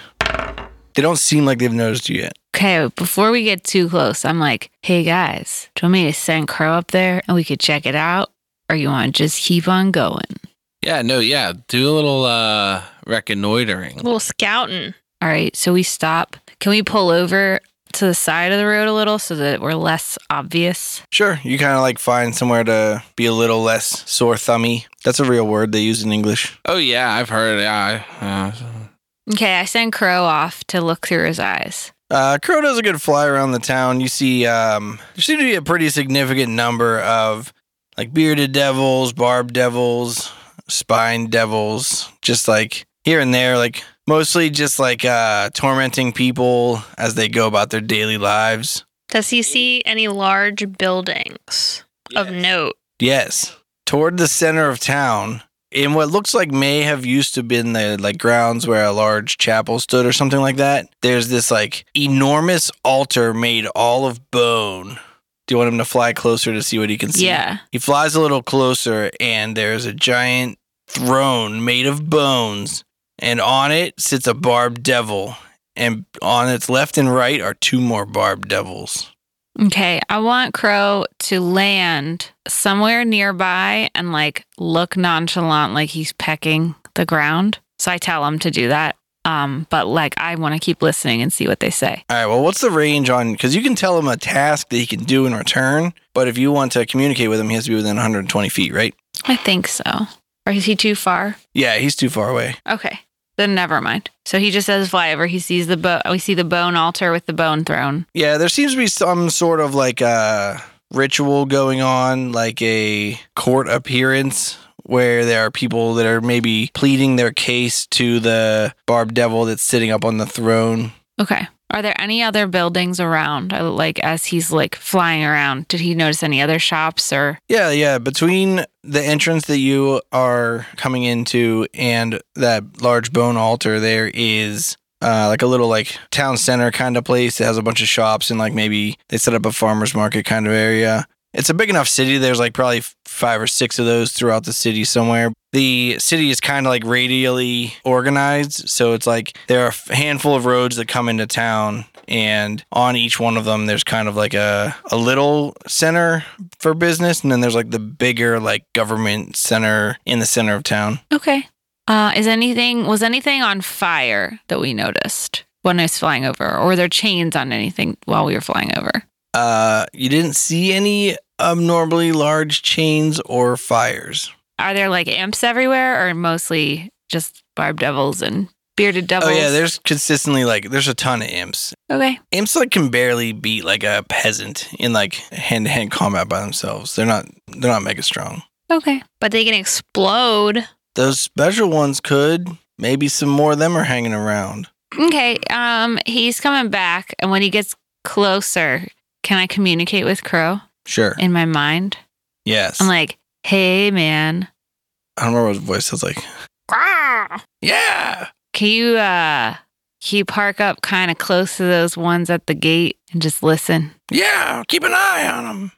A: They don't seem like they've noticed you yet.
D: Okay, before we get too close, I'm like, hey guys, do you want me to send Crow up there and we could check it out? Or you want to just keep on going?
B: Yeah, no, yeah. Do a little uh reconnoitering.
E: Little scouting.
D: All right, so we stop. Can we pull over to the side of the road a little so that we're less obvious?
A: Sure, you kind of like find somewhere to be a little less sore thummy. That's a real word they use in English.
B: Oh yeah, I've heard. Yeah, I, uh,
D: Okay, I send Crow off to look through his eyes.
A: Uh, Crow does a good fly around the town. You see, um, there seem to be a pretty significant number of like bearded devils, barbed devils, spine devils, just like here and there, like mostly just like uh, tormenting people as they go about their daily lives.
E: Does he see any large buildings of note?
A: Yes. Toward the center of town, in what looks like may have used to been the like grounds where a large chapel stood or something like that, there's this like enormous altar made all of bone. Do you want him to fly closer to see what he can see?
D: Yeah.
A: He flies a little closer and there's a giant throne made of bones, and on it sits a barbed devil. And on its left and right are two more barbed devils.
D: Okay, I want Crow to land somewhere nearby and like look nonchalant like he's pecking the ground. So I tell him to do that. Um, but like I want to keep listening and see what they say.
A: All right. Well, what's the range on? Because you can tell him a task that he can do in return, but if you want to communicate with him, he has to be within 120 feet, right?
D: I think so. Or is he too far?
A: Yeah, he's too far away.
D: Okay. Then never mind. So he just says fly over. He sees the bone. We see the bone altar with the bone throne.
A: Yeah, there seems to be some sort of like a ritual going on, like a court appearance where there are people that are maybe pleading their case to the barbed devil that's sitting up on the throne.
D: Okay. Are there any other buildings around? Uh, Like as he's like flying around, did he notice any other shops or?
A: Yeah, yeah. Between the entrance that you are coming into and that large bone altar, there is uh, like a little like town center kind of place that has a bunch of shops and like maybe they set up a farmers market kind of area. It's a big enough city. There's like probably f- five or six of those throughout the city somewhere. The city is kind of like radially organized. So it's like there are a handful of roads that come into town, and on each one of them, there's kind of like a, a little center for business. And then there's like the bigger, like government center in the center of town.
D: Okay. Uh, is anything was anything on fire that we noticed when I was flying over, or were there chains on anything while we were flying over?
A: Uh, you didn't see any abnormally large chains or fires.
D: Are there like imps everywhere, or mostly just barb devils and bearded devils?
A: Oh, yeah, there's consistently like, there's a ton of imps.
D: okay.
A: Imps like can barely beat like a peasant in like hand to hand combat by themselves. They're not they're not mega strong.
D: Okay.
E: But they can explode.
A: Those special ones could. Maybe some more of them are hanging around.
D: Okay. Um, he's coming back, and when he gets closer, can I communicate with Crow
A: Sure.
D: in my mind?
A: Yes.
D: I'm like, hey man,
A: I don't remember what his voice sounds like.
E: Grrr.
A: Yeah.
D: can you uh, can you park up kind of close to those ones at the gate and just listen?
A: Yeah. Keep an eye on them.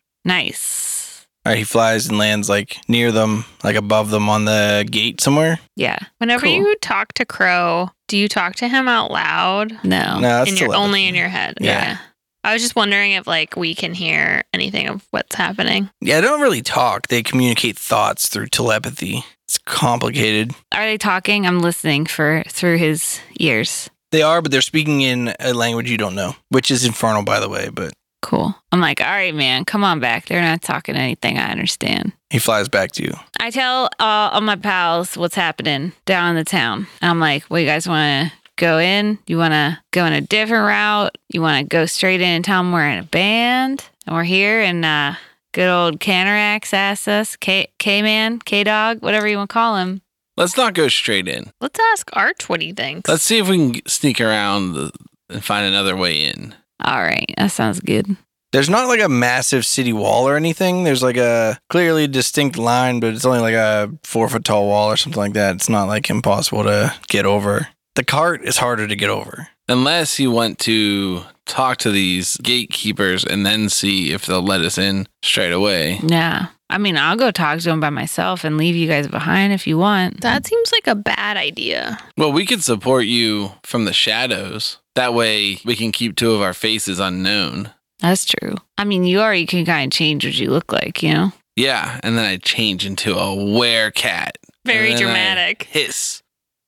D: Nice.
A: All right, he flies and lands like near them, like above them on the gate somewhere.
D: Yeah.
E: Whenever
D: Cool.
E: you talk to Crow, do you talk to him out loud?
A: No,
D: No.
A: that's
E: Oh, in your
A: telepathy.
E: only in your head.
A: Yeah.
E: Yeah. I was just wondering if like we can hear anything of what's happening.
A: Yeah, they don't really talk. They communicate thoughts through telepathy. It's complicated.
D: Are they talking? I'm listening for through his ears.
A: They are, but they're speaking in a language you don't know, which is infernal, by the way. But
D: Cool. I'm like, all right, man, come on back. They're not talking anything I understand.
A: He flies back to you.
D: I tell all of my pals what's happening down in the town. I'm like, well, you guys want to go in? You want to go in a different route? You want to go straight in and tell them we're in a band and we're here and uh, good old Canarax asked us, K Man, K Dog, whatever you want to call him.
B: Let's not go straight in.
E: Let's ask Arch what he thinks.
B: Let's see if we can sneak around the, and find another way in.
D: All right, that sounds good.
A: There's not like a massive city wall or anything. There's like a clearly distinct line, but it's only like a four foot tall wall or something like that. It's not like impossible to get over. The cart is harder to get over.
B: Unless you want to talk to these gatekeepers and then see if they'll let us in straight away.
D: Yeah. I mean, I'll go talk to him by myself and leave you guys behind if you want.
E: that seems like a bad idea.
B: Well, we could support you from the shadows. That way we can keep two of our faces unknown.
D: That's true. I mean, you already can kind of change what you look like, you know?
B: Yeah, and then I change into a werecat.
E: Very
B: And then I
E: dramatic.
B: hiss.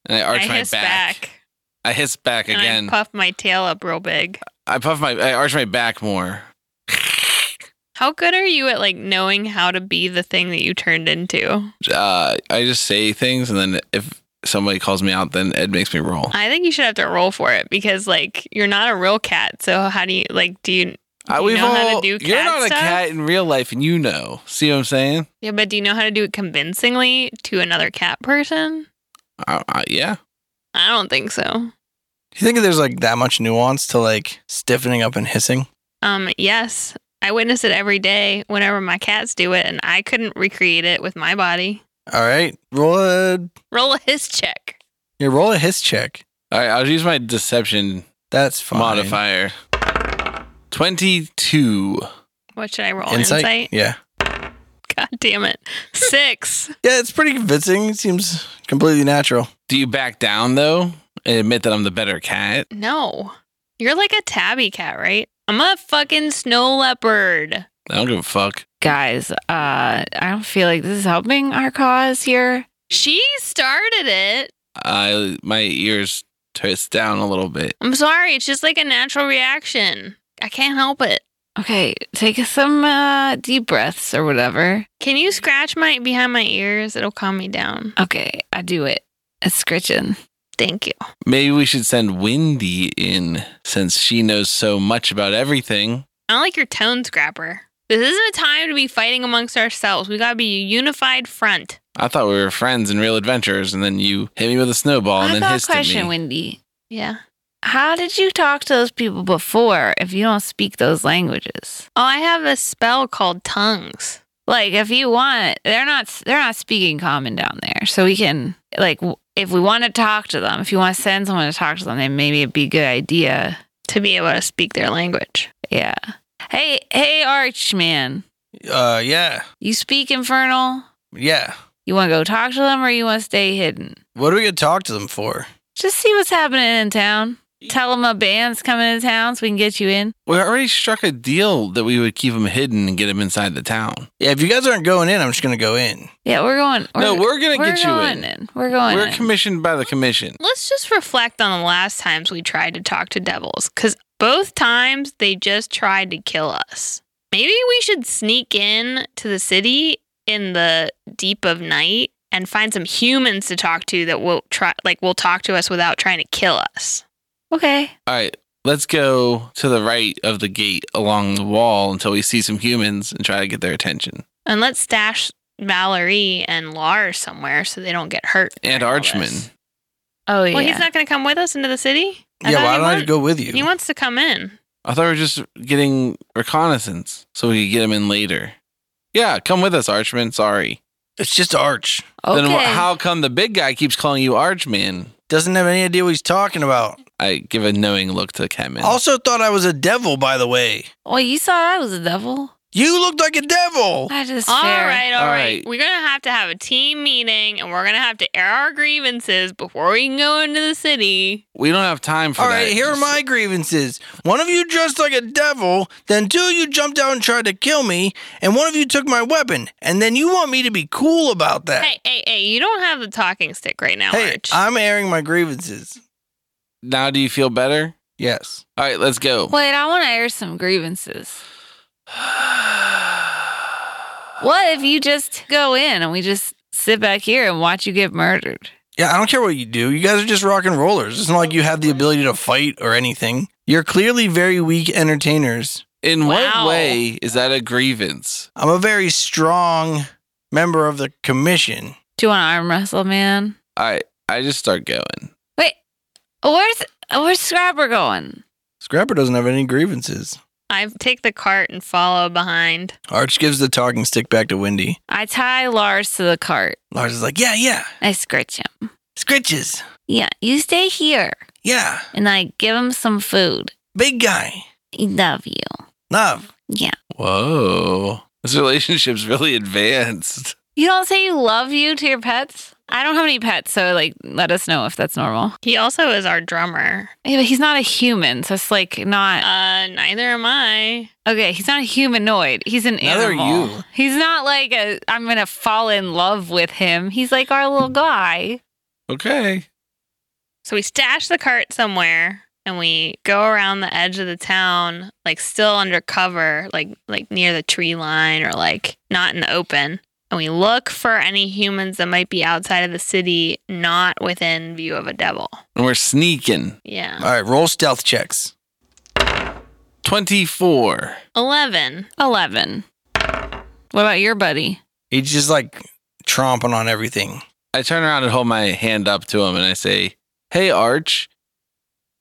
B: And I
E: I,
B: arch my
E: hiss
B: back.
E: back,
B: I hiss back
E: and
B: again.
E: I puff my tail up real big.
B: I puff my I arch my back more.
E: How good are you at like knowing how to be the thing that you turned into?
B: Uh, I just say things and then if somebody calls me out then it makes me roll.
E: I think you should have to roll for it because like you're not a real cat. So how do you like do you
B: I,
E: you
B: we've
E: know how to
B: all-
E: do
B: you're
E: cat
B: not
E: stuff?
B: a cat in real life and you know. See what I'm saying?
E: yeah, but do you know how to do it convincingly to another cat person?
B: I, I, yeah.
E: I don't think so.
A: Do you think there's like that much nuance to like stiffening up and hissing?
E: Um yes, I witness it every day whenever my cats do it and I couldn't recreate it with my body.
A: All right, roll a
E: Roll a hiss check.
A: yeah, roll a hiss check.
B: All right, I'll use my deception
A: That's fine.
B: modifier. 22.
E: What should I roll?
A: Insight?
E: Insight?
A: Yeah.
E: God damn it. 6.
A: Yeah, it's pretty convincing. It seems completely natural.
B: Do you back down though and admit that I'm the better cat?
E: No. You're like a tabby cat, right? I'm a fucking snow leopard.
B: I don't give a fuck.
D: Guys, uh, I don't feel like this is helping our cause here.
E: She started it.
B: I my ears twist down a little bit.
E: I'm sorry. It's just like a natural reaction. I can't help it.
D: Okay, take some uh, deep breaths or whatever.
E: Can you scratch my behind my ears? It'll calm me down.
D: Okay, I do it. It's scritching.
E: Thank you.
B: Maybe we should send Wendy in since she knows so much about everything.
E: I don't like your tone scrapper. This isn't a time to be fighting amongst ourselves. We gotta be a unified front.
B: I thought we were friends and real adventurers, and then you hit me with a snowball and
D: I
B: then
D: got a
B: hissed at
D: question,
B: me.
D: Wendy.
E: Yeah.
D: How did you talk to those people before if you don't speak those languages?
E: Oh, I have a spell called tongues.
D: Like, if you want, they're not they're not speaking common down there, so we can like w- if we want to talk to them, if you want to send someone to talk to them, then maybe it'd be a good idea.
E: to be able to speak their language.
D: Yeah. Hey, hey, Archman,
A: Uh, yeah,
D: you speak Infernal?
A: yeah.
D: You want to go talk to them or you want to stay hidden?
A: What are we gonna talk to them for?
D: Just see what's happening in town. Tell them a band's coming to town so we can get you in.
B: We already struck a deal that we would keep him hidden and get him inside the town.
A: Yeah, if you guys aren't going in, I'm just gonna go in.
D: Yeah, we're going. We're,
B: no, we're gonna
D: we're
B: get you
D: going
B: in.
D: We're going
B: We're
D: in.
B: commissioned by the commission.
E: Let's just reflect on the last times we tried to talk to devils, because both times they just tried to kill us. Maybe we should sneak in to the city in the deep of night and find some humans to talk to that will try, like, will talk to us without trying to kill us.
D: okay.
B: All right, let's go to the right of the gate along the wall until we see some humans and try to get their attention.
E: And let's stash Valerie and Lars somewhere so they don't get hurt.
B: And
E: during all
B: Archman.
E: this.
D: Oh yeah.
E: Well, he's not going to come with us into the city. I
A: yeah,
E: thought
A: why
E: he
A: don't I
E: want-
A: just go with you?
E: He wants to come in.
B: I thought we were just getting reconnaissance so we could get him in later. Yeah, come with us, Archman. Sorry.
A: it's just Arch.
D: okay.
B: Then wh- how come the big guy keeps calling you Archman?
A: Doesn't have any idea what he's talking about.
B: I give a knowing look to Kemen.
A: Also thought I was a devil, by the way.
D: well, you saw I was a devil.
A: You looked like a devil.
D: That is
E: All
D: fair.
E: right, all
B: All
E: right.
B: right.
E: We're gonna have to have a team meeting, and we're gonna have to air our grievances before we can go into the city.
B: we don't have time for
A: All
B: that.
A: right, here are
B: Just-
A: my grievances. One of you dressed like a devil, then two of you jumped out and tried to kill me, and one of you took my weapon, and then you want me to be cool about that.
E: Hey, hey, hey! You don't have the talking stick right now,
A: Hey,
E: Arch.
A: I'm airing my grievances.
B: Now, do you feel better?
A: Yes.
B: All right, let's go.
D: Wait, I want to air some grievances. What if you just go in and we just sit back here and watch you get murdered?
A: Yeah, I don't care what you do. You guys are just rock and rollers. It's not like you have the ability to fight or anything. You're clearly very weak entertainers.
B: In
D: Wow.
B: what way is that a grievance?
A: I'm a very strong member of the commission.
D: Do you want to arm wrestle, man?
B: I I just start going.
D: Wait, where's where's Scrapper going?
A: Scrapper doesn't have any grievances.
E: I take the cart and follow behind.
A: Arch gives the talking stick back to Wendy.
D: I tie Lars to the cart.
A: Lars is like, yeah, yeah,
D: I scritch him.
A: scritches.
D: Yeah, you stay here,
A: Yeah,
D: and I give him some food.
A: big guy.
D: I love you.
A: Love.
B: Whoa. This relationship's really advanced.
D: You don't say you love you to your pets. I don't have any pets, so like, let us know if that's normal.
E: He also is our drummer.
D: Yeah, but he's not a human, so it's like not
E: Uh, neither am I.
D: Okay, he's not a humanoid. He's an
A: Neither are
D: animal.
A: you.
D: He's not like a I'm gonna fall in love with him. He's like our little guy.
B: Okay.
E: So we stash the cart somewhere and we go around the edge of the town, like still under cover, like like near the tree line or like not in the open. And we look for any humans that might be outside of the city, not within view of a devil.
B: And we're sneaking.
E: Yeah.
A: All right, roll stealth checks.
B: 24.
E: 11.
D: Eleven. What about your buddy?
A: He's just like tromping on everything.
B: I turn around and hold my hand up to him and I say, Hey, Arch,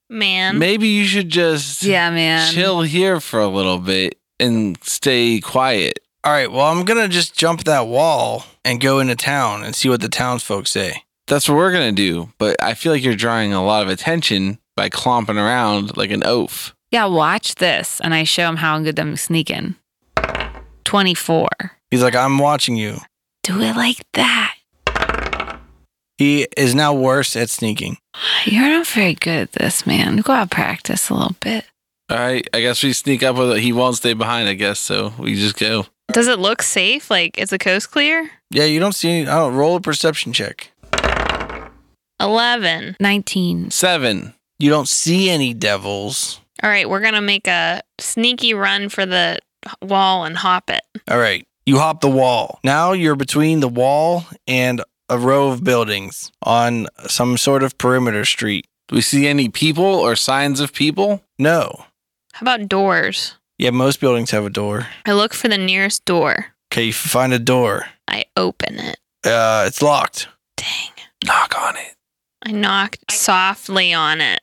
E: Man.
B: maybe you should just
D: Yeah, man.
B: chill here for a little bit and stay quiet.
A: All right, well, I'm going to just jump that wall and go into town and see what the townsfolk say.
B: That's what we're going to do. But I feel like you're drawing a lot of attention by clomping around like an oaf.
D: Yeah, watch this, and I show him how good I'm sneaking. Twenty four.
A: He's like, I'm watching you.
D: Do it like that.
A: He is now worse at sneaking.
D: You're not very good at this, man. Go out and practice a little bit.
B: All right. I guess we sneak up with it. He won't stay behind, I guess. So we just go.
E: Does it look safe? Like, is the coast clear?
A: Yeah, you don't see any. I don't roll a perception check.
E: 11.
D: Nineteen.
B: Seven.
A: You don't see any devils.
E: All right, we're going to make a sneaky run for the wall and hop it.
A: All right, you hop the wall. Now you're between the wall and a row of buildings on some sort of perimeter street.
B: Do we see any people or signs of people?
A: No.
E: How about doors?
A: Yeah, most buildings have a door.
E: I look for the nearest door.
A: Okay, you find a door.
E: I open it.
A: Uh, it's locked.
E: Dang.
B: Knock on it.
E: I knocked softly on it.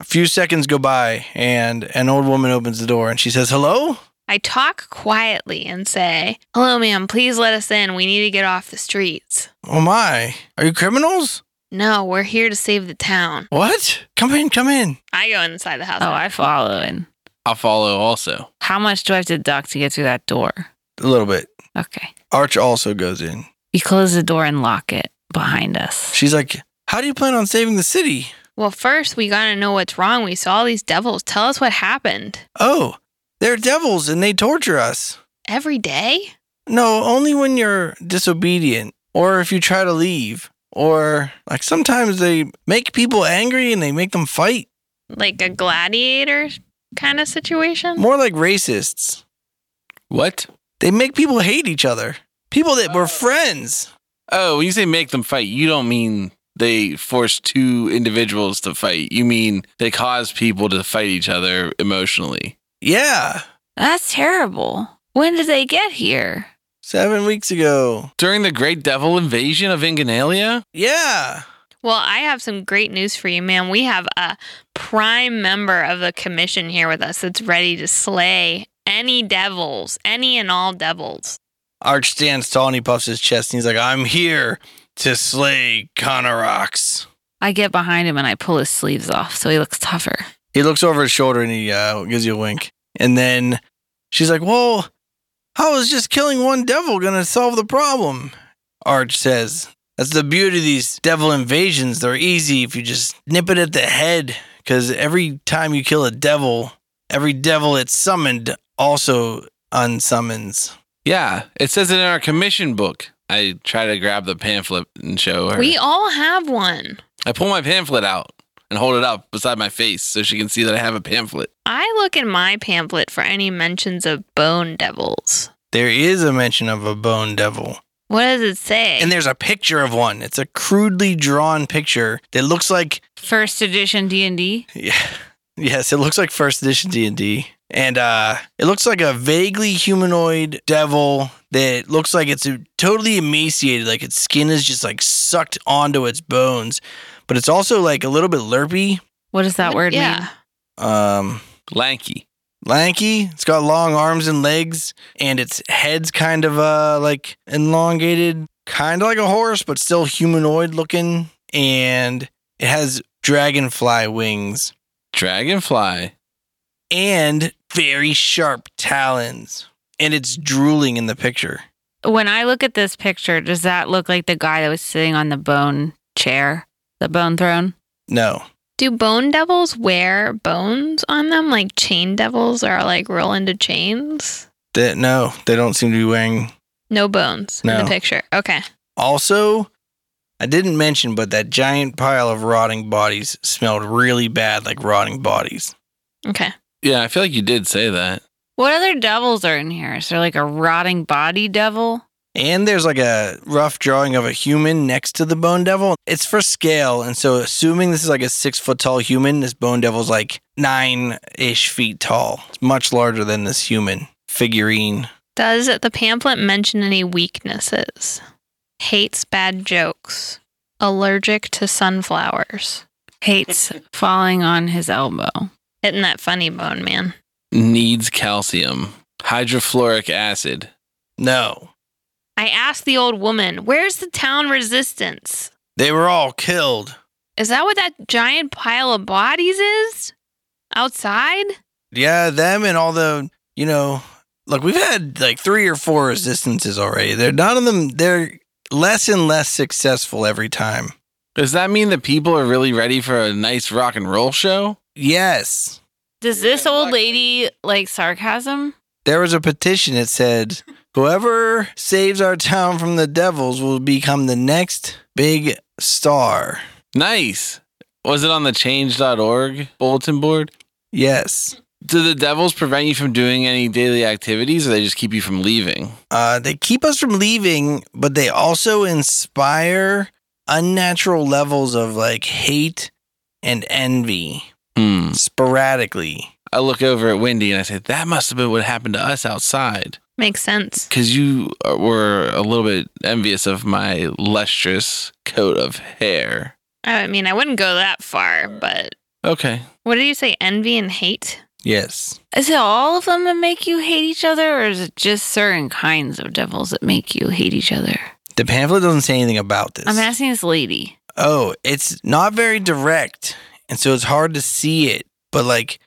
A: A few seconds go by, and an old woman opens the door and she says, Hello?
E: I talk quietly and say, Hello, ma'am, please let us in. We need to get off the streets.
A: Oh my, are you criminals?
E: No, we're here to save the town.
A: What? Come in, come in.
E: I go inside the house.
D: Oh, I follow in.
B: I'll follow also.
D: How much do I have to duck to get through that door?
A: A little bit.
D: Okay.
A: Arch also goes in.
D: You close the door and lock it behind us.
A: She's like, How do you plan on saving the city?
E: well, first, we gotta know what's wrong. We saw these devils. Tell us what happened.
A: Oh, they're devils and they torture us.
E: Every day?
A: No, only when you're disobedient or if you try to leave. Or, like, sometimes they make people angry and they make them fight.
E: Like a gladiator kind of situation?
A: More like racists.
B: What?
A: They make people hate each other. People that were friends.
B: Oh, when you say make them fight, you don't mean they force two individuals to fight. You mean they cause people to fight each other emotionally.
A: Yeah,
D: That's terrible. When did they get here?
A: seven weeks ago.
B: During the Great Devil invasion of Inganalia?
A: Yeah.
E: Well, I have some great news for you, ma'am. We have a prime member of the commission here with us that's ready to slay any devils, any and all devils.
A: Arch stands tall and he puffs his chest and he's like, I'm here to slay Conorax.
D: I get behind him and I pull his sleeves off so he looks tougher.
A: He looks over his shoulder and he uh, gives you a wink. And then she's like, Well, how is just killing one devil going to solve the problem? Arch says, That's the beauty of these devil invasions. They're easy if you just nip it at the head. Because every time you kill a devil, every devil it's summoned also unsummons.
B: Yeah, it says it in our commission book. I try to grab the pamphlet and show her.
E: We all have one.
B: I pull my pamphlet out and hold it up beside my face so she can see that I have a pamphlet.
E: I look in my pamphlet for any mentions of bone devils.
A: There is a mention of a bone devil,
E: What does it say?
A: and there's a picture of one. It's a crudely drawn picture that looks like
G: First edition D and D.
A: Yeah. Yes, it looks like first edition D&D. And uh it looks like a vaguely humanoid devil that looks like it's totally emaciated, like its skin is just like sucked onto its bones, but it's also like a little bit lurpy,
G: What does that word
E: yeah.
G: mean?
A: um
B: Lanky.
A: lanky. It's got long arms and legs and its head's kind of uh like elongated, kind of like a horse but still humanoid looking and it has dragonfly wings.
B: Dragonfly.
A: and very sharp talons. And it's drooling in the picture.
G: When I look at this picture, does that look like the guy that was sitting on the bone chair, the bone throne?
A: No.
E: Do bone devils wear bones on them? Like chain devils are like roll into chains?
A: They, no, they don't seem to be wearing.
E: No bones in
A: No.
E: the picture. Okay.
A: Also, I didn't mention, but that giant pile of rotting bodies smelled really bad like rotting bodies.
E: Okay.
B: Yeah, I feel like you did say that.
G: What other devils are in here? Is there like a rotting body devil?
A: And there's like a rough drawing of a human next to the bone devil. It's for scale. And so, assuming this is like a six foot tall human, this bone devil's like nine ish feet tall. It's much larger than this human figurine.
E: Does the pamphlet mention any weaknesses? Hates bad jokes. Allergic to sunflowers.
G: Hates falling on his elbow.
E: Hitting that funny bone, man.
B: Needs calcium. Hydrofluoric acid.
A: No.
E: I asked the old woman, where's the town resistance?
A: They were all killed.
E: Is that what that giant pile of bodies is? Outside?
A: Yeah, them and all the, you know, look, we've had like three or four resistances already. They're none of them, they're less and less successful every time.
B: Does that mean that people are really ready for a nice rock and roll show?
A: Yes.
G: Does this old lady like sarcasm?
A: There was a petition that said, whoever saves our town from the devils will become the next big star.
B: Nice. Was it on the change.org bulletin board?
A: Yes.
B: Do the devils prevent you from doing any daily activities or they just keep you from leaving?
A: Uh, they keep us from leaving, but they also inspire unnatural levels of like hate and envy
B: Hmm.
A: sporadically.
B: I look over at Wendy and I say, that must have been what happened to us outside.
E: Makes sense.
B: Because you uh, were a little bit envious of my lustrous coat of hair.
E: I mean, I wouldn't go that far, but
B: Okay.
E: what did you say? Envy and hate?
A: Yes.
G: Is it all of them that make you hate each other, or is it just certain kinds of devils that make you hate each other?
A: The pamphlet doesn't say anything about this.
G: I'm asking this lady.
A: oh, it's not very direct, and so it's hard to see it. But like,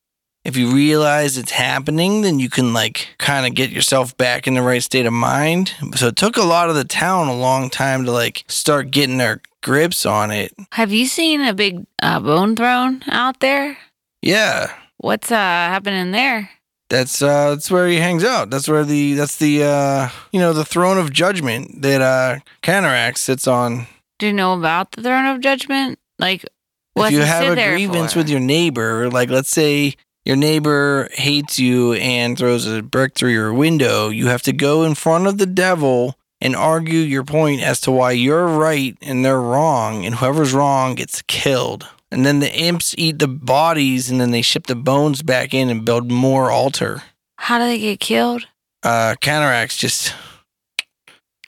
A: if you realize it's happening, then you can like kind of get yourself back in the right state of mind. So it took a lot of the town a long time to like start getting their grips on it.
G: Have you seen a big uh, bone throne out there?
A: Yeah,
G: What's uh, happening there?
A: that's uh, that's where he hangs out. That's where the that's the uh, you know the throne of judgment that uh, Canarak sits on.
G: Do you know about the throne of judgment? Like, what's
A: if you
G: it
A: have
G: sit
A: a
G: there
A: grievance
G: for?
A: with your neighbor, like let's say your neighbor hates you and throws a brick through your window, you have to go in front of the devil and argue your point as to why you're right and they're wrong, and whoever's wrong gets killed. And then the imps eat the bodies and then they ship the bones back in and build more altar.
G: How do they get killed?
A: Uh Canarax just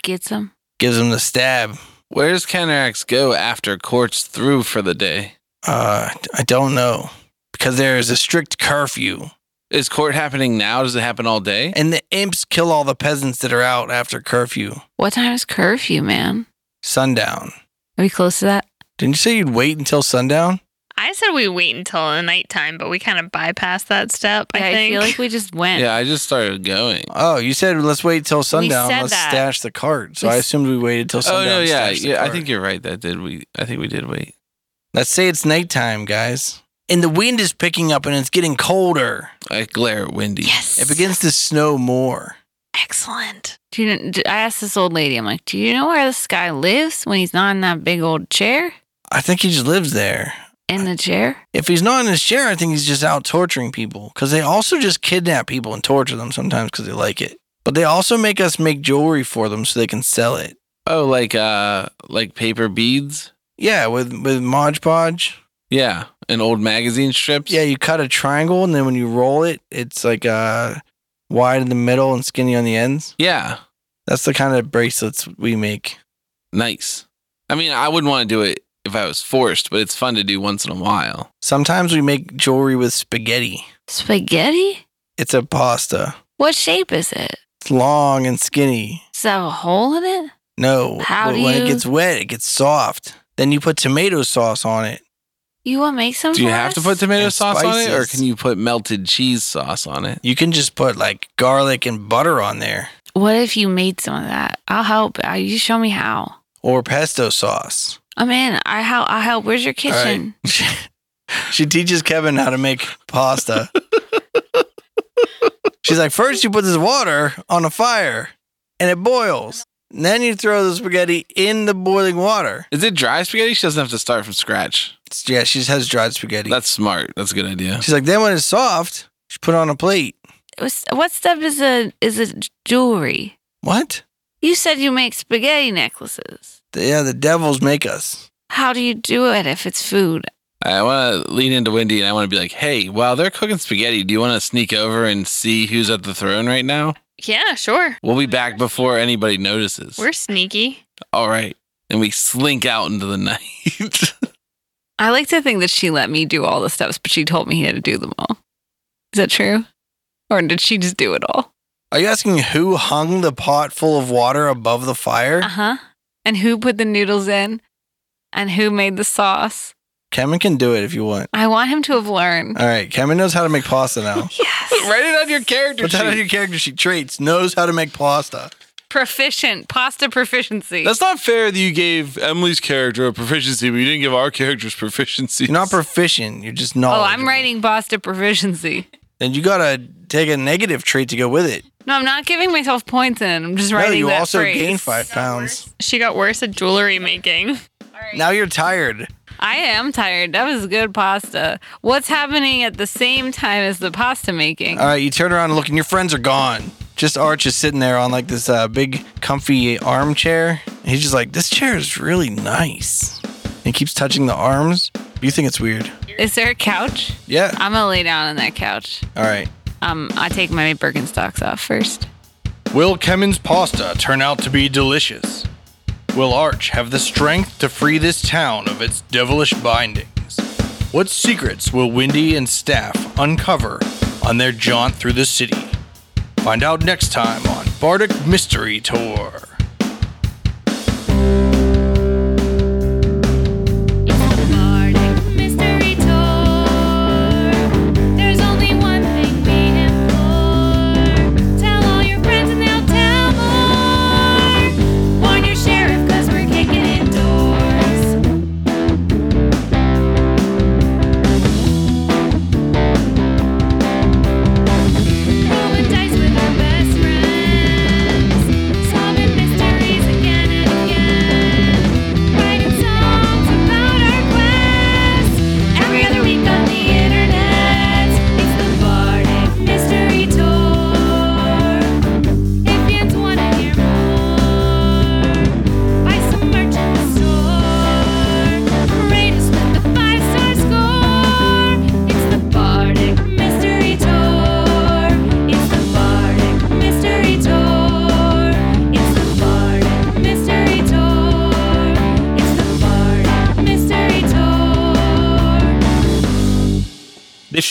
G: Gets them.
A: gives him the stab.
B: Where does Canarax go after court's through for the day?
A: Uh I don't know. Because there is a strict curfew.
B: Is court happening now? Does it happen all day?
A: And the imps kill all the peasants that are out after curfew.
G: What time is curfew, man?
A: sundown.
G: Are we close to that?
A: Didn't you say you'd wait until sundown?
E: I said we wait until the nighttime, but we kind of bypassed that step, I
G: Yeah,
E: think.
G: feel like we just went.
B: Yeah, I just started going.
A: Oh, you said let's wait till sundown.
G: said
A: Let's
G: that.
A: stash the cart. So
G: We
A: I
G: s-
A: assumed we waited till
B: Oh
A: sundown.
B: no,
A: to
B: yeah,
A: stash the
B: yeah. I
A: cart.
B: think you're right. That did we? I think we did wait.
A: Let's say it's nighttime, guys, and the wind is picking up and it's getting colder.
B: I glare at Wendy.
E: yes.
A: It begins to snow more.
E: Excellent.
G: Do you kn- I asked this old lady, I'm like, do you know where this guy lives when he's not in that big old chair?
A: I think he just lives there.
G: In the chair?
A: If he's not in his chair, I think he's just out torturing people because they also just kidnap people and torture them sometimes because they like it. But they also make us make jewelry for them so they can sell it.
B: Oh, like uh like paper beads?
A: Yeah, with with Mod Podge.
B: Yeah. And old magazine strips.
A: Yeah, you cut a triangle and then when you roll it, it's like uh wide in the middle and skinny on the ends.
B: Yeah.
A: That's the kind of bracelets we make.
B: Nice. I mean, I wouldn't want to do it if I was forced, but it's fun to do once in a while.
A: Sometimes we make jewelry with spaghetti.
D: Spaghetti?
A: It's a pasta.
D: What shape is it?
A: It's long and skinny.
D: Does it have a hole in it?
A: No.
D: How
A: when
D: do
A: when it
D: you-
A: gets wet, it gets soft. Then you put tomato sauce on it.
D: You want to make some?
B: Do you
D: for
B: have to
D: us?
B: put tomato
A: And
B: sauce on it or
A: spices.
B: can you put melted cheese sauce on it?
A: You can just put like garlic and butter on there
D: What if you made some of that? I'll help. Uh, You show me how.
A: or pesto sauce.
D: I'm in. I help. I'll help. Where's your
A: right.
D: kitchen?
A: She teaches Kevin how to make pasta. She's like, first you put this water on a fire and it boils. And then you throw the spaghetti in the boiling water.
B: Is it dry spaghetti? She doesn't have to start from scratch.
A: It's- yeah, she just has dried spaghetti.
B: That's smart. That's a good idea.
A: She's like, then when it's soft, she put it on a plate.
D: What's- What stuff is a is a jewelry?
A: What?
D: You said you make spaghetti necklaces.
A: The- yeah, the devils make us.
D: How do you do it if it's food?
B: I want to lean into Wendy and I want to be like, hey, while they're cooking spaghetti, do you want to sneak over and see who's at the throne right now?
E: Yeah, sure.
B: We'll be back before anybody notices.
E: We're sneaky.
B: All right. And we slink out into the night.
D: I like to think that she let me do all the steps, but she told me he had to do them all. Is that true? Or did she just do it all?
A: Are you asking who hung the pot full of water above the fire?
D: Uh huh. And who put the noodles in? And who made the sauce?
A: Kevin can do it if you want.
D: I want him to have learned.
A: All right, Kevin knows how to make pasta now.
D: Yes.
B: Write it on your character
A: Put that on
B: sheet.
A: your character sheet. Traits knows how to make pasta.
D: Proficient. Pasta proficiency.
B: That's not fair that you gave Emily's character a proficiency, but you didn't give our characters proficiency.
A: You're not proficient. You're just
D: oh,
A: not.
D: I'm writing pasta proficiency.
A: Then you gotta take a negative trait to go with it.
D: No, I'm not giving myself points in. I'm just writing
A: no, you
D: that
A: also
D: phrase.
A: gain five pounds.
E: She got worse at jewelry making.
A: Now you're tired.
D: I am tired. That was good pasta. What's happening at the same time as the pasta making?
A: All right, you turn around and look, and your friends are gone. Just Arch is sitting there on like this uh, big, comfy armchair. And he's just like, this chair is really nice. And he keeps touching the arms. You think it's weird?
D: Is there a couch?
A: Yeah.
D: I'm gonna lay down on that couch.
A: All right.
D: Um, I take my Birkenstocks off first.
A: Will Kemen's pasta turn out to be delicious? Will Arch have the strength to free this town of its devilish bindings? What secrets will Wendy and staff uncover on their jaunt through the city? Find out next time on Bardic Mystery Tour.
C: Mystery tour. There's only one thing we implore. Tell all your friends and they'll tell more. Warn your sheriff 'cause we're kicking indoors. Rolling dice with our best friends, solving mysteries again and again, writing songs about our quest. Every other week on the internet, it's the Bardic Mystery Tour. If you wanna hear more, buy some merch in the store. Rate us with the five-star score. It's the Bardic Mystery Tour. It's the Bardic Mystery Tour. It's the Bardic Mystery Tour. It's the Bardic Mystery Tour.
H: This